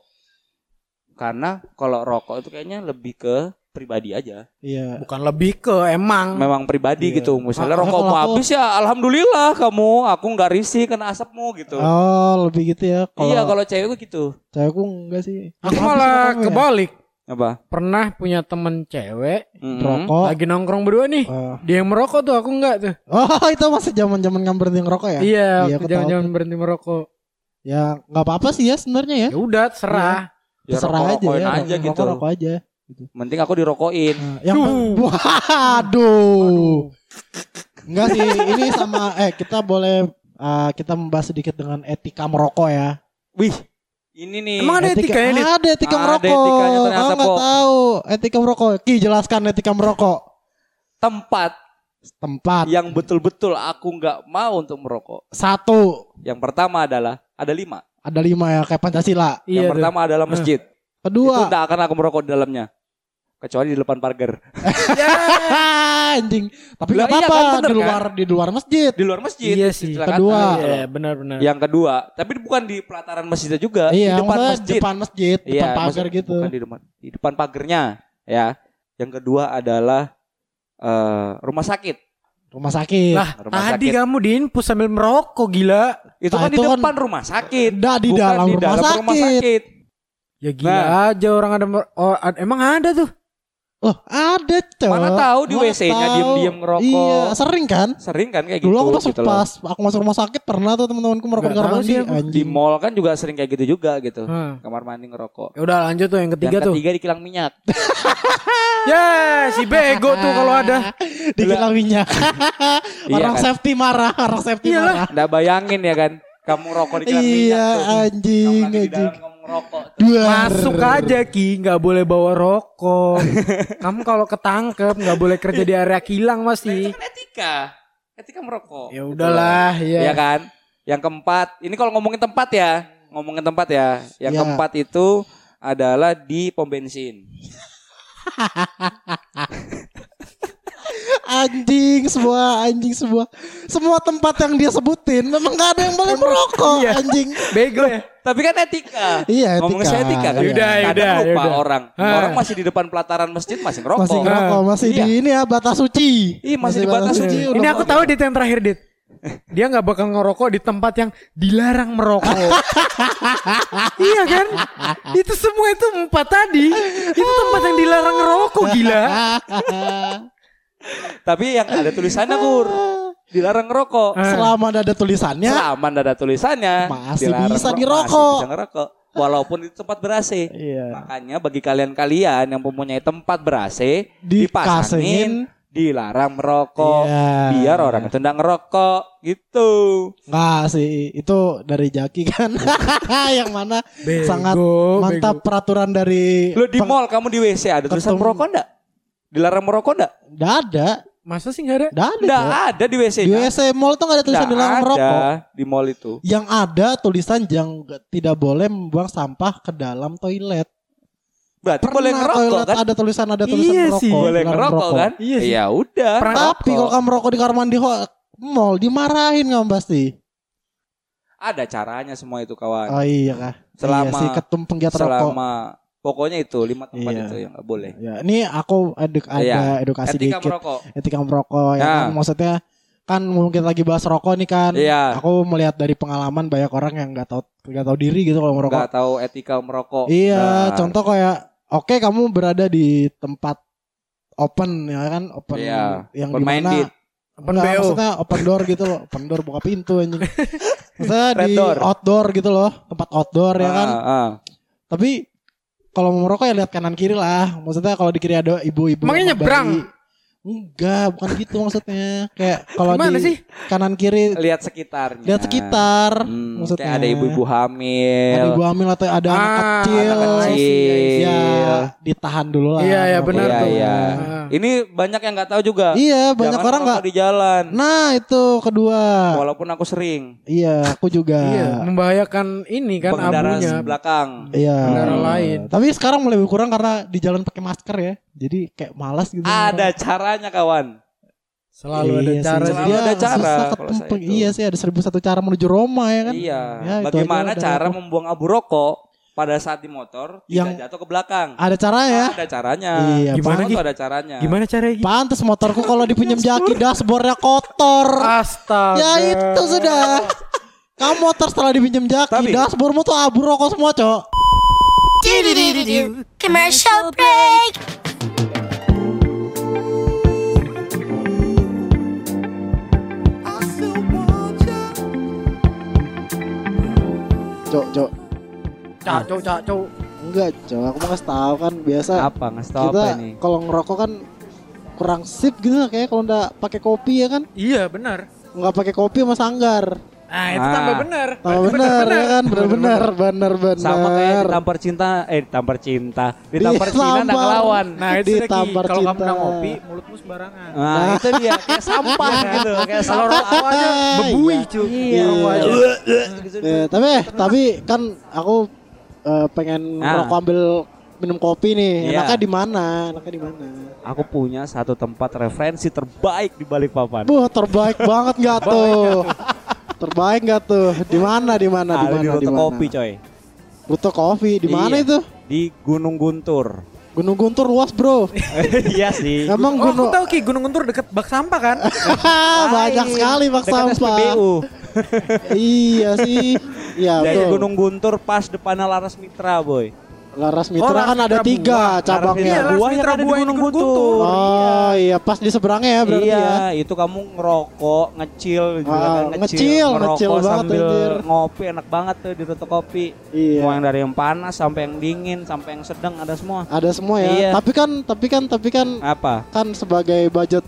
Karena kalau rokok itu kayaknya lebih ke pribadi aja.
Iya.
Bukan lebih ke emang.
Memang pribadi
Iya.
gitu. Misalnya
Makanya
rokok
kalau
mau
aku-
habis ya alhamdulillah kamu aku nggak risih kena asapmu gitu.
Oh, lebih gitu ya. Kalau
Iya kalau cewek gue gitu.
cewekku enggak sih.
Aku
Habis
malah
rokoknya ya?
kebalik.
Apa?
Pernah punya temen cewek
Mm-mm.
rokok.
lagi nongkrong berdua nih.
Eh.
Dia yang merokok tuh aku enggak tuh.
Oh, itu masih zaman-zaman nggak berhenti ngerokok ya?
Iya,
iya,
iya
aku tahu.
jangan-jangan berhenti merokok.
Ya nggak apa-apa sih ya sebenarnya ya.
Ya udah, serah.
Ya,
Terserah aja
rokok-rokokin
ya.
aja gitu.
Rokok aja.
Mending aku dirokokin.
Nah, yang
Duh.
pen- waduh. Enggak sih, ini sama eh kita boleh eh, kita membahas sedikit dengan etika merokok ya.
Wih, ini nih.
Emang ada etikanya, Dit?
Ada etika
Ada
merokok.
etikanya ternyata,
Aku nggak
Pok.
tahu etika merokok. Ki jelaskan etika merokok.
tempat
Tempat
yang betul-betul aku nggak mau untuk merokok.
satu
Yang pertama adalah ada lima.
ada lima ya kayak Pancasila.
yang
Iya. tuh.
pertama adalah
Eh,
masjid. Itu
Kedua,
tidak akan aku merokok di dalamnya. Kecuali di depan parkir.
ah, anjing. Tapi
Lah,
nggak
iya
apa-apa
kan, bener
di luar di luar masjid.
Di luar masjid.
Iya sih.
silakan.
Kedua.
Iya, benar-benar.
Yang kedua, tapi bukan di pelataran masjidnya juga,
Iya,
Eh, di depan
maksudnya
masjid.
depan masjid, depan
Iya,
pagar
maksud-
gitu.
Bukan di depan, di depan pagarnya, ya. Yang kedua adalah eh, rumah sakit.
Rumah sakit.
Lah,
iya. rumah
tadi
sakit.
kamu diinpus sambil merokok gila.
Itu
Nah,
kan di
itu kan-
depan rumah sakit.
Nggak di
bukan
dalam
di
rumah
dalam rumah
sakit.
sakit.
Ya gila
Nah.
aja orang ada mer- oh, ad- emang ada tuh.
Loh, ada cok.
Mana tahu di
Mana
WC-nya
tahu.
diem-diem ngerokok.
Iya, sering kan?
Sering kan kayak
Dulu
gitu.
aku masuk
gitu loh.
pas aku masuk rumah sakit pernah tuh teman-temanku merokok di
Nggak
kamar
tahu
mandi.
sih aku.
Di
Anjing.
mall kan juga sering kayak gitu juga gitu.
Hmm.
Kamar mandi ngerokok.
Ya udah lanjut tuh yang ketiga
yang
tuh.
ketiga di kilang minyak.
Ya, si bego tuh kalau ada.
di kilang minyak.
Iya
orang
kan?
safety marah, orang safety
Iyalah.
marah.
Nggak bayangin ya kan. Kamu rokok di kilang minyak
Iya,
tuh. Kamu
anjing,
lagi di
anjing.
dalam kamu ngerokok. tuh.
Duar.
Masuk aja Ki, nggak boleh bawa rokok. Kamu kalau ketangkep nggak boleh kerja di area kilang
Nah, itu
pasti.
kan etika. Etika merokok.
Ya udahlah,
Gitu loh.
ya.
Iya kan? Yang keempat, ini kalau ngomongin tempat ya, ngomongin tempat ya. Yang
Iya.
keempat itu adalah di pom bensin.
Anjing semua, anjing semua. Semua tempat yang dia sebutin memang gak ada yang boleh merokok,
iya.
anjing.
Bego ya.
Tapi kan etika.
Iya,
Ngomongin
etika.
saya etika kan.
Iya.
Yaudah,
Kadang
yaudah,
lupa
yaudah.
orang.
Ah.
Orang masih di depan pelataran masjid masih ngerokok.
Masih ngerokok, masih
Iya.
di ini ya batas suci.
Iya, masih di batas suci.
udah
Ini aku tahu dit yang terakhir dit. Dia nggak bakal ngerokok di tempat yang dilarang merokok. iya kan? Itu semua itu empat tadi. Itu tempat yang dilarang ngerokok gila.
Tapi yang ada tulisannya kur. Dilarang ngerokok.
Selama ada tulisannya,
Selama nggak ada tulisannya.
Ya. Masih
dilarang
bisa
ngerokok,
dirokok.
Masih bisa ngerokok. Walaupun itu tempat ber AC.
Iya.
Makanya bagi kalian-kalian yang mempunyai tempat ber AC.
Dikasengin.
Dipasangin. Dilarang merokok.
Iya.
Biar orang itu nggak ngerokok. Gitu.
Enggak sih, itu dari Jaki kan. yang mana
Bego,
sangat mantap peraturan dari
Lu di
peng-
mall kamu di WC ada tulisan
Ketemu-
merokok nggak? Dilarang merokok nggak?
Nggak ada,
Masa sih nggak ada?
nggak ada.
Nggak
Cok.
ada di WC.
Di WC mall tuh nggak ada tulisan dilarang merokok.
di mall itu.
Yang ada tulisan yang nggak- tidak boleh membuang sampah ke dalam toilet.
Berarti
Pernah
boleh ngerokok
toilet
kan?
ada tulisan ada tulisan
Iya
merokok.
sih.
Boleh
dilarang
ngerokok
merokok.
kan?
Iya sih.
Ya udah.
Tapi kalau kamu merokok di kamar mandi ho- mall dimarahin kamu pasti.
ada caranya semua itu kawan.
Oh iya kah?
Selama-
iya sih, ketum penggiat rokok.
Selama pokoknya itu lima tempat
Iya.
itu yang nggak boleh.
Ya, ini aku eduk ada
Iya.
edukasi
Etika
dikit.
merokok.
etika merokok ya
Nah.
kan maksudnya kan mungkin lagi bahas rokok nih kan
Iya.
aku melihat dari pengalaman banyak orang yang nggak tahu nggak tahu diri gitu kalau merokok
Nggak tahu etika merokok.
iya
Nah,
contoh kayak oke kamu berada di tempat open ya kan open
Iya,
yang
open
dimana
minded.
Open
Nggak,
BO.
maksudnya open door gitu loh open door buka pintu anjing maksudnya
Red
di
door.
outdoor gitu loh tempat outdoor ya kan
ah, ah.
tapi kalau mau merokok ya lihat kanan kiri lah. Maksudnya kalau di kiri ada ibu-ibu. sama
Makanya nyebrang.
bayi. Enggak, bukan gitu maksudnya. Kayak kalau
Gimana
di
sih?
kanan kiri
Lihat sekitarnya.
lihat sekitar.
Hmm,
maksudnya
kayak ada ibu-ibu
Ada
hamil. Iya,
ibu hamil atau ada anak
Ah,
kecil.
anak kecil.
Ya, ditahan dulu lah.
Iya ya
Nggak
benar
boleh.
tuh.
iya.
Ah.
Ini banyak yang nggak tahu juga.
Iya, banyak
Jangan
orang
merokok
nggak-
di jalan.
Nah itu kedua.
Walaupun aku sering
Iya, aku juga.
Iya, membahayakan ini kan
pengendara
abunya.
belakang.
Iya.
Negara lain.
Tapi sekarang mulai berkurang karena di jalan pakai masker ya. Jadi kayak malas gitu.
Ada caranya kawan.
Selalu ada
Iya sih,
cara.
Selalu
sih.
iya,
ada cara
susah
kalau saya
ketempeng.
itu.
Iya sih ada seribu satu cara menuju Roma ya kan.
Iya.
Ya, itu
Bagaimana
aja udah.
cara membuang abu rokok pada saat di motor
Yang-
tidak jatuh ke belakang?
Ada ya? caranya.
Ada caranya.
Iya,
Gimana,
Semua
Gi?
tuh ada caranya.
Gimana caranya? Gi?
Pantes motorku kalau dipinjam
Iya,
jaki dashboardnya kotor.
Astaga.
ya itu sudah. Kamu motor setelah dipinjam jaki
Tapi-
dashboardmu tuh abu rokok semua cok.
Commercial break.
Cok cok.
Cacu, cacu.
Enggak cok. Aku mau kasih tahu kan biasa.
Apa ngasih tau
kita
apa ini?
kalau ngerokok kan kurang sip gitu kayak kalau nggak pakai kopi ya kan
Iya, benar.
nggak pakai kopi sama sanggar
Ah, itu
Ah.
tambah benar.
sama benar ya kan benar benar benar benar
Sama kayak ditampar cinta, eh ditampar cinta,
Iya,
ditampar cinta
Ditampar.
nggak ngelawan.
Nah, itu sudah, Ki.
Ditampar
kalau kamu
cinta. Ah.
udah ngopi, mulutmu sembarangan.
Nah, itu dia kayak sampah gitu, kayak
Kalau
sampah.
rokok aja bebui, cuy.
Iya.
Rokok aja.
Ya, tapi tapi kan aku eh, pengen
Ah.
ngerokok ambil minum kopi nih
Iya.
enaknya di mana enaknya di mana
Aku punya satu tempat referensi terbaik di balik papan.
Wah terbaik banget nggak tuh terbaik nggak tuh di mana di mana di
Ada
mana
di
di
Rute
mana
Ah, Kopi, coy.
Rute kopi di mana
Iya.
itu
Di Gunung Guntur.
Gunung Guntur luas bro
Iya sih.
emang
Oh, aku
gunung
tahu Ki, Gunung Guntur deket bak sampah kan?
banyak sekali bak
Dekat
sampah
SPBU.
iya sih. Iya
Dari
betul.
Gunung Guntur pas depannya Laras Mitra, boy.
Laras Mitra
Oh,
kan ada
Laras Mitra
tiga
buah. Iya,
cabangnya.
Laras
Buah
Mitra
Iya, yang
Mitra
ada di
buah yang
Gunung
ikut
Guntur.
Guntur.
oh iya pas di seberangnya ya berarti
iya,
ya.
itu kamu ngerokok, ngecil,
Ah,
juga kan,
ngecil,
ngerokok
ngecil banget,
sambil
anjir.
ngopi enak banget tuh di Rute Kopi.
Iya.
Mau yang dari yang panas sampai yang dingin, sampai yang sedang ada semua.
Ada semua ya.
Iya.
Tapi kan tapi kan tapi kan
Apa?
kan sebagai budget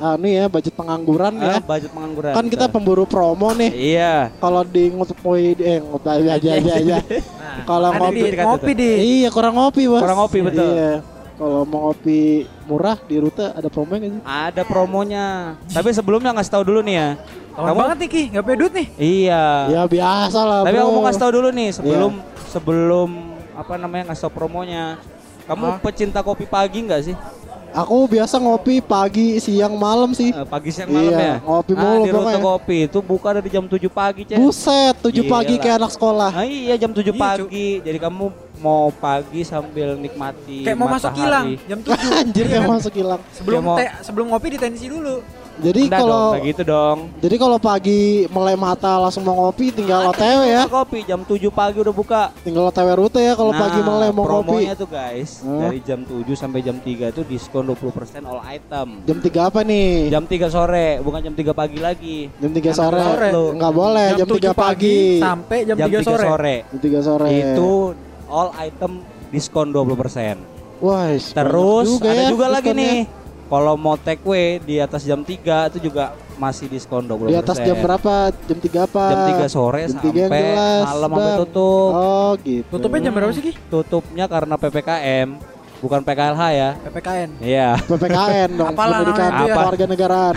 anu ya budget pengangguran ya.
Ah, budget pengangguran.
Kan kita pemburu promo nih.
Iya.
Kalau di ngutupoi eh ngutupoi aja aja aja. aja. ya. Nah, Kalau
Ada
ngopi
di ngopi di.
iya kurang ngopi, Bos.
Kurang ngopi, betul.
Iya. Kalau mau ngopi murah di rute ada promo nggak sih?
Ada promonya. Tapi sebelumnya ngasih tahu dulu nih ya.
Tahun banget nih Ki, gak punya duit nih.
Iya.
Ya biasa lah, Bro.
Tapi
Iya.
aku mau ngasih tahu dulu nih sebelum sebelum apa namanya ngasih tahu promonya. Kamu pecinta kopi pagi nggak sih?
Aku biasa ngopi pagi, siang, malam sih.
Eh, pagi siang malam
Iya,
ya.
ngopi
Ah,
mulu
di Rute
pokoknya.
Kopi itu buka dari jam 7 pagi, Cek.
Buset, 7
iya. Gila.
pagi kayak anak sekolah.
Nah, iya jam 7
Iya, Cuk.
pagi. Jadi kamu mau pagi sambil nikmati
Kayak mau masuk
matahari.
kilang jam 7.
Anjir kayak masuk hilang.
Sebelum
Ya, mau-
teh, sebelum ngopi ditensi dulu.
Jadi
Nggak dong,
kalau
nggak gitu dong.
jadi kalau pagi melek mata langsung mau ngopi tinggal OTW ya.
Rute Kopi jam 7 pagi udah buka.
Tinggal OTW rute ya kalau
Nah,
pagi melek mau
promonya
ngopi.
tuh guys,
Hah?
dari jam 7 sampai jam 3 itu diskon 20% all item.
Jam 3 apa nih?
Jam 3 sore, bukan jam 3 pagi lagi.
Jam 3 sore.
sore.
Enggak boleh jam, 3
7
pagi.
sampai jam, 3 sore.
Jam 3 sore.
Itu all item diskon 20%.
Wah, is-
Terus
banyak
ada
ya
juga lagi
diskonnya.
nih. Kalau mau take away di atas jam 3 itu juga masih diskon
Di
20%.
atas jam berapa? Jam 3 apa?
Jam 3 sore
Jam 3
sampai
yang jelas,
malam sampai
Bang.
tutup.
Oh, gitu.
Tutupnya jam berapa sih Ki?
Tutupnya karena PPKM, bukan PKLH ya.
PPKN.
Iya.
PPKN dong,
Apalah Nah,
pendidikan
namanya itu ya.
keluarga negaraan.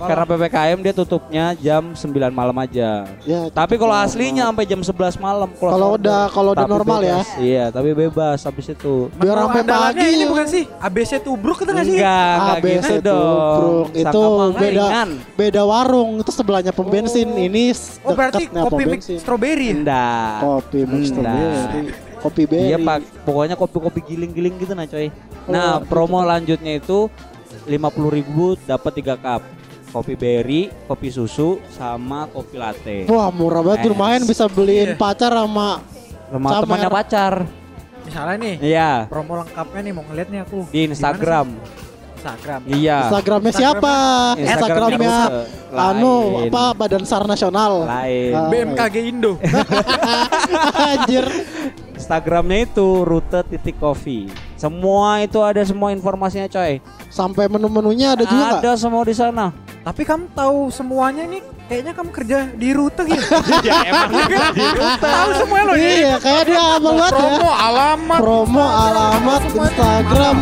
Karena PPKM dia tutupnya jam 9 malam aja.
ya,
Tapi kalau aslinya sampai jam 11 malam
Kalau
sore.
udah- kalau udah
Tapi
normal ya.
bebas. Iya, tapi bebas habis itu.
biar
Menu
sampai
andalannya
pagi.
Oh,
Ah,
ini bukan sih? ABC tubruk itu Gitu nggak sih?
Enggak, enggak
ABC
gitu dong. kan?
tubruk. itu
Saka mah
beda
ringan.
beda warung itu sebelahnya pom bensin ini
Oh berarti
dekatnya
kopi mix
bensin.
strawberry ya?
Enggak.
kopi mix
Enggak.
strawberry kopi berry
Iya pak, pokoknya kopi-kopi giling-giling gitu nah coy. Nah
Oh,
promo lanjutnya itu 50.000 ribu dapat 3 cup kopi berry, kopi susu, sama kopi latte.
wah murah banget
Yes.
lumayan bisa
Iya.
beliin pacar sama ya?
Sama
Camer.
temannya pacar.
Misalnya nih,
Iya
promo lengkapnya nih mau ngeliat nih aku.
di Instagram.
Gimana sih? Instagram.
Iya.
Instagramnya siapa
Instagramnya
Instagramnya
Rute.
anu
Lain.
apa Badan SAR Nasional
Lain.
Ah,
BMKG Indo.
anjir
Instagramnya itu rute titik coffee. Semua itu ada semua informasinya coy.
sampai menu-menunya ada juga nggak?
ada semua di sana.
Tapi kamu tahu semuanya nih, kayaknya kamu kerja di rute gitu.
ya emang
di rute. Tahu semuanya loh ini.
iya kayak dia abang banget ya
Promo alamat.
promo alamat Instagram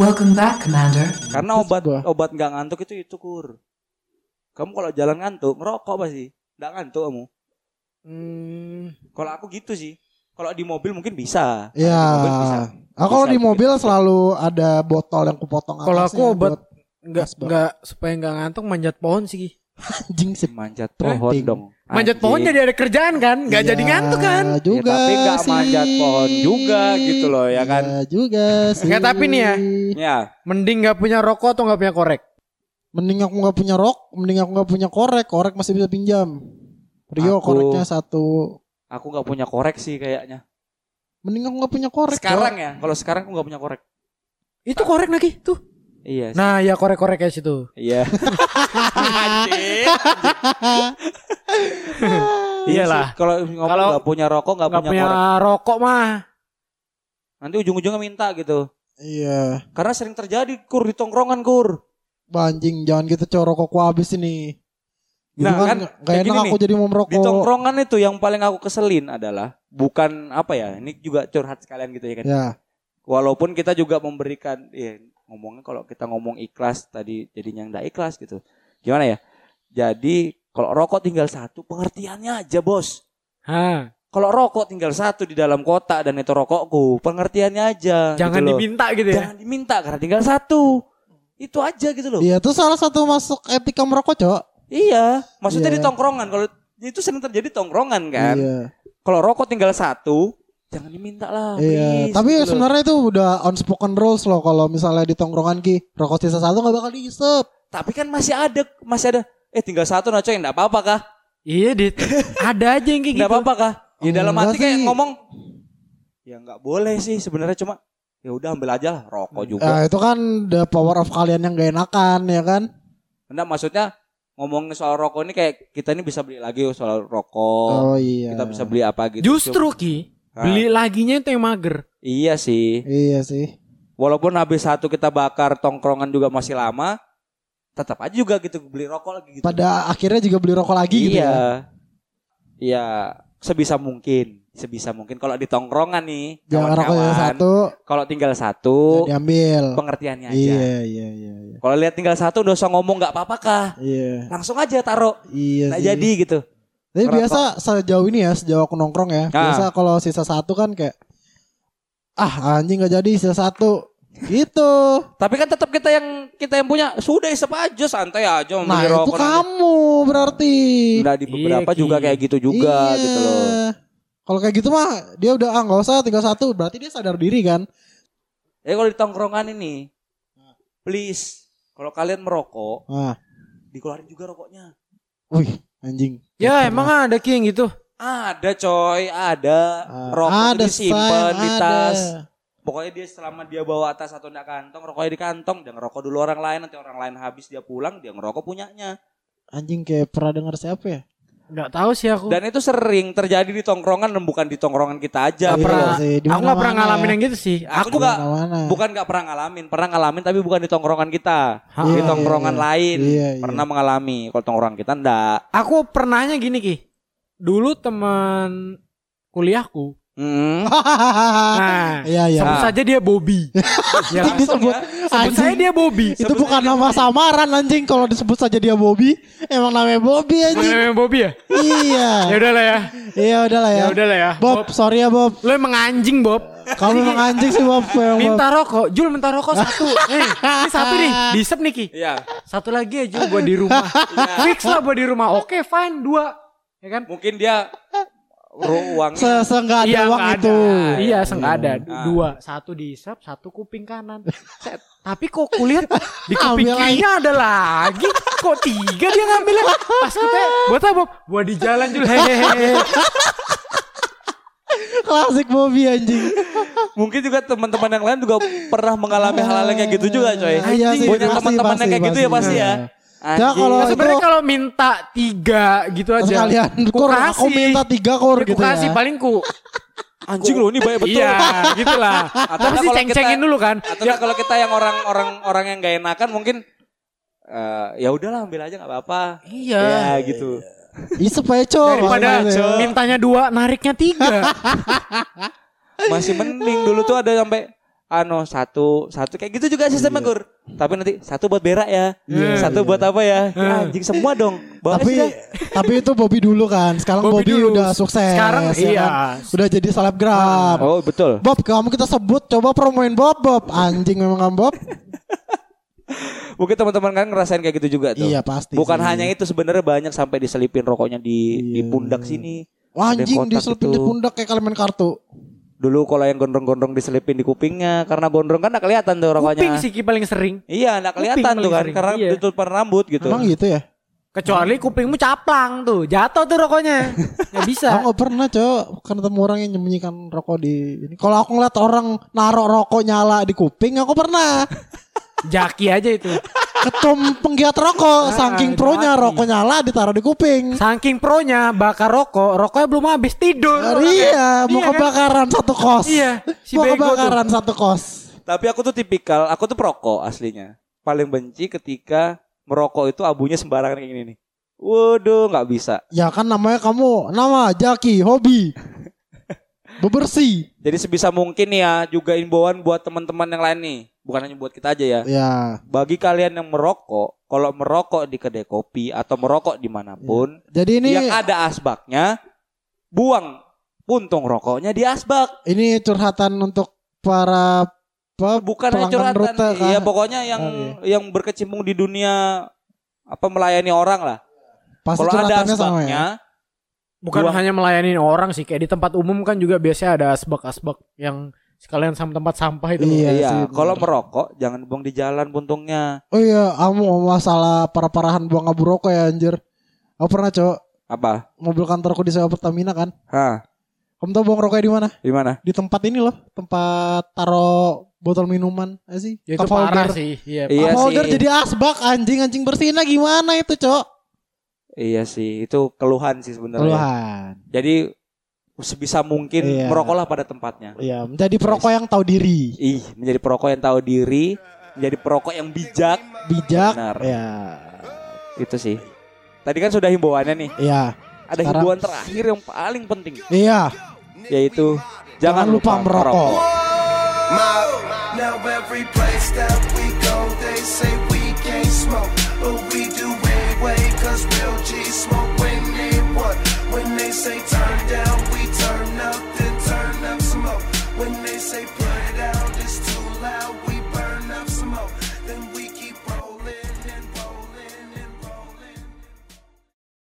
Welcome back, Commander.
Karena
Terus
obat
gua.
obat nggak ngantuk itu itu kur. Kamu kalau jalan ngantuk, ngerokok pasti. Nggak ngantuk kamu.
Hmm,
Kalau aku gitu sih. Kalau di mobil mungkin bisa. Kalau
Iya.
Di mobil bisa.
Aku kalau
Bisa
di
bikin.
mobil selalu ada botol yang kupotong
Kalau
atasnya
aku obat-
buat
nggak
Mas, Bang.
nggak supaya nggak ngantuk manjat pohon sih.
anjing sih.
Manjat pohon
Penting.
dong. Anjing.
Manjat pohon jadi ada kerjaan kan? Nggak
Iya
jadi ngantuk kan?
Juga
Ya, tapi nggak
sih.
manjat pohon juga gitu loh, ya kan?
Iya juga sih.
Nggak, tapi nih ya.
Ya,
Mending nggak punya rokok atau nggak punya korek?
Mending aku nggak punya rok, mending aku nggak punya korek. Korek masih bisa pinjam. Rio
Aku-
koreknya satu.
aku nggak punya korek sih kayaknya.
Mending aku nggak punya korek.
sekarang
Cok.
ya, kalau sekarang aku nggak punya korek.
Itu korek lagi tuh.
Iya. sih.
Nah ya korek-korek kayak situ.
Iya. Anjing. Iya
Iyalah.
sih, Kalau ngomong
Kalau
nggak punya rokok, nggak
Nggak
punya,
punya
korek.
rokok mah.
Nanti ujung-ujungnya minta gitu.
Iya.
Karena sering terjadi kur di tongkrongan kur.
Banjing, jangan gitu cowok rokokku habis ini. Gitu kan,
Nah, kan,
gak
kayak
enak
gini
aku jadi mau merokok.
Di tongkrongan itu yang paling aku keselin adalah bukan apa ya, ini juga curhat sekalian gitu ya kan.
Ya,
Walaupun kita juga memberikan ya ngomongnya kalau kita ngomong ikhlas tadi jadinya nggak ikhlas gitu. Gimana ya? Jadi kalau rokok tinggal satu pengertiannya aja bos.
Hah,
Kalau rokok tinggal satu di dalam kotak dan itu rokokku, pengertiannya aja. gitu
jangan
loh.
diminta gitu ya.
Jangan diminta karena tinggal satu. Itu aja gitu loh.
iya itu salah satu masuk etika merokok cok.
Iya, maksudnya
Iya.
di tongkrongan. Kalau itu sering terjadi tongkrongan kan.
Iya,
Kalau rokok tinggal satu, jangan diminta lah.
iya.
please,
Tapi
gitu loh.
sebenarnya itu udah unspoken rules loh kalau misalnya di tongkrongan ki rokok sisa satu gak bakal dihisap.
tapi kan masih ada, masih ada. Eh tinggal satu naco yang nggak apa-apa kah?
Iya dit. ada aja yang kayak
Nggak
gitu.
apa-apa kah? Ya dalam
Enggak
hati kayak
Iya, sih.
ngomong, ya nggak boleh sih sebenarnya cuma ya udah ambil aja lah rokok juga.
Ya, itu kan the power of kalian yang gak enakan ya kan.
Nah maksudnya ngomongin soal rokok ini kayak kita ini bisa beli lagi soal
Oh,
rokok.
iya.
Kita bisa beli apa gitu.
Justru Ki,
Ah.
beli laginya itu yang mager.
Iya sih.
Iya sih.
Walaupun habis satu kita bakar tongkrongan juga masih lama, tetap aja juga gitu beli rokok lagi gitu.
Pada akhirnya juga beli rokok lagi gitu
iya.
ya.
Iya, sebisa mungkin, sebisa mungkin kalau di tongkrongan nih,
Jangan rokok
kawan-kawan,
sisa satu
Kalau tinggal satu,
jangan diambil.
pengertiannya aja.
Iya, iya, iya, iya.
Kalau lihat tinggal satu dosa ngomong nggak apa-apa kah?
Iya,
Langsung aja taruh.
iya
Nggak
sih.
jadi gitu.
Tapi
Ngerokok.
biasa sejauh ini ya, sejauh aku nongkrong ya.
Ah.
Biasa kalau sisa satu kan kayak ah anjing nggak jadi sisa satu. Gitu.
Tapi kan tetap kita yang kita yang punya sudah isep aja santai aja mau
Nah,
beli
itu
rokok. nanti.
kamu berarti.
Nah, di beberapa
Iya, Ki.
juga kayak gitu juga
Iya.
gitu loh.
Kalau kayak gitu mah dia udah ah nggak usah tinggal satu, berarti dia sadar diri kan.
Eh kalau di tongkrongan ini, please kalau kalian merokok,
Nah,
dikeluarin juga rokoknya.
wih, anjing.
Ya emang ada Ki yang gitu.
Ada coy, ada
Ah,
rokok
ada
itu disimpan
Sam,
di
ada.
tas. Pokoknya dia selama dia bawa tas atau enggak kantong, rokoknya di kantong, jangan ngerokok dulu orang lain, nanti orang lain habis dia pulang, dia ngerokok punyanya.
Anjing kayak pernah dengar siapa ya?
Nggak tahu sih
Oh.
aku.
Dan itu sering terjadi di tongkrongan dan bukan di tongkrongan kita aja.
Nggak
gitu
pernah.
loh.
Iya, sih, di
aku nggak pernah
mana-mana
ngalamin
ya.
yang gitu sih.
Aku
Di
nggak
mana-mana.
bukan nggak pernah ngalamin, pernah ngalamin tapi bukan di tongkrongan kita,
Ha,
di
iya,
tongkrongan
iya.
lain.
Iya, iya.
Pernah mengalami. Kalau tongkrongan kita enggak.
Aku pernahnya gini Ki. Dulu teman kuliahku.
Hmm.
Nah,
Iya, iya.
sebut
Ah.
saja dia Bobby. ya,
Anjing
sebut
disebut anjing.
saja dia Bobby.
itu bukan nama samaran anjing kalau disebut saja dia Bobby emang namanya Bobby anjing
Namanya Bobby ya?
iya
Ya udahlah ya.
iya udahlah ya
Ya udahlah ya.
Bob sorry ya Bob
Lo emang anjing Bob.
kamu emang anjing sih Bob Emang Bob.
Minta rokok, Jul minta rokok satu. eh, ini satu nih, disep nih Ki.
Iya.
Satu lagi aja gua di rumah. Fix lah gua di rumah. Oke, fine, dua. Ya kan? Iya,
Mungkin dia ruang
se se nggak ada uang
nggak
itu Hmm.
ada. Iya, senggak ada. Du-
Ah.
Dua, satu diisap, satu kuping kanan. Set. Tapi kok kulihat di kuping
Ambil lagi.
kirinya ada lagi. Kok tiga dia ngambilnya? Pas kita buat apa? Buat di jalan juga. Hehehe.
klasik Bobby anjing
Mungkin juga teman-teman yang lain juga pernah mengalami hal-hal yang kayak gitu juga, coy.
Ah, iya sih,
Punya
pasti,
teman-teman yang
pasti,
kayak gitu ya pasti
pasti, iya.
ya.
Ya, kalau
Nah,
itu-
sebenarnya kalau minta tiga gitu aja.
sekalian
Ku
kur aku
kasih.
minta tiga kur
Ya, ku
gitu
kasih
ya
paling ku
anjing loh ini baik betul.
Iya, gitu lah.
Atau nggak
Tapi sih
kalau
ceng-cengin
kita-
dulu kan.
Atau nggak kalau kita yang orang-orang orang yang gak enakan mungkin eh, ya udahlah ambil aja nggak apa-apa.
Iya.
Ya gitu.
Isep aja cok
Daripada
Makanya.
mintanya dua, nariknya tiga.
Masih mending dulu tuh ada sampai ano satu satu kayak gitu juga
Iya.
sistemnya Gur. Tapi nanti satu buat berak ya,
Iya,
satu buat apa ya? Ya, Anjing semua dong. Bawa
tapi
aja.
tapi itu Bobby dulu kan sekarang
Bobby
Bobby,
dulu.
udah sukses
Sekarang,
ya
iya.
kan? udah jadi selebgram
Oh, betul.
Bob kamu kita sebut coba promoin Bob Bob anjing memang kan Bob
Mungkin teman-teman kan ngerasain kayak gitu juga tuh.
Iya, pasti
Bukan
sih. Iya.
hanya itu sebenarnya banyak sampai diselipin rokoknya di di pundak sini.
Wah,
Ada yang
anjing
kotak
diselipin
itu.
di pundak kayak kalian main kartu
Dulu kalau yang gondrong-gondrong diselipin di kupingnya karena gondrong kan gak kelihatan tuh rokoknya.
Kuping sih Ki paling sering.
Iya, gak
Kuping
kelihatan tuh
paling
kan
sering.
karena
Iya.
ditutupan rambut gitu.
emang gitu ya
Kecuali kupingmu caplang tuh, jatuh tuh rokoknya. Gak bisa.
Aku gak pernah cok Kan ketemu orang yang menyembunyikan rokok di ini. Kalau aku ngeliat orang naruh rokok nyala di kuping Aku pernah
Jaki aja itu.
Ketum penggiat rokok
Ah,
Saking
udah
pronya
mati.
rokok nyala ditaruh di kuping
Saking pronya bakar rokok, rokoknya belum habis tidur.
Nah, Iya Mau
Iya kan?
kebakaran satu kos
Iya, si
Mau
bego tuh.
kebakaran satu kos
Tapi aku tuh tipikal, aku tuh perokok aslinya. Paling benci ketika merokok itu abunya sembarangan kayak gini nih. Waduh, nggak bisa.
Ya kan namanya kamu Nama Jaki Hobi Bebersih
Jadi sebisa mungkin nih ya juga imbauan buat teman-teman yang lain nih. Bukan hanya buat kita aja ya.
Ya
Bagi kalian yang merokok, kalau merokok di kedai kopi atau merokok dimanapun,
Jadi Iya. ini
Ya
yang
kan?
ada asbaknya, buang puntung rokoknya di asbak.
Ini curhatan untuk para pe-
Bukan hanya
pelanggan
curhatan.
rute, kan?
Iya, pokoknya yang yang berkecimpung di dunia apa melayani orang lah.
Pasti
Kalau ada
curhatannya sama ya
asbaknya,
Bukan
Gua-
hanya melayani orang sih, kayak di tempat umum kan juga biasanya ada asbak-asbak yang sekalian sama tempat sampah itu.
Iya.
Iya,
sih,
kalau
bener.
merokok jangan buang di jalan puntungnya.
Oh iya, kamu masalah parah-parahan buang abu rokok ya anjir. Aku pernah cok,
Apa?
mobil kantorku disewa Pertamina kan.
Hah,
Kamu tahu buang rokoknya di mana?
di mana?
Di tempat ini loh, tempat taro botol minuman, apa sih?
Ya, itu
Kafalgar.
parah sih. Iya.
Iya
Kafalgar
sih.
jadi asbak anjing anjing bersihinnya gimana itu cok?
Iya sih, itu keluhan sih
ya.
sebenarnya.
Keluhan.
Jadi sebisa mungkin
Iya.
merokoklah pada tempatnya.
Iya, menjadi perokok yang tahu diri,
Ih, menjadi perokok yang tahu diri, menjadi perokok yang bijak.
bijak.
Benar.
Ya,
Itu sih. Tadi kan sudah himbauannya nih.
iya,
Ada
Sekarang-
himbauan terakhir yang paling penting
iya.
yaitu
Jangan lupa merokok.
Now every place that we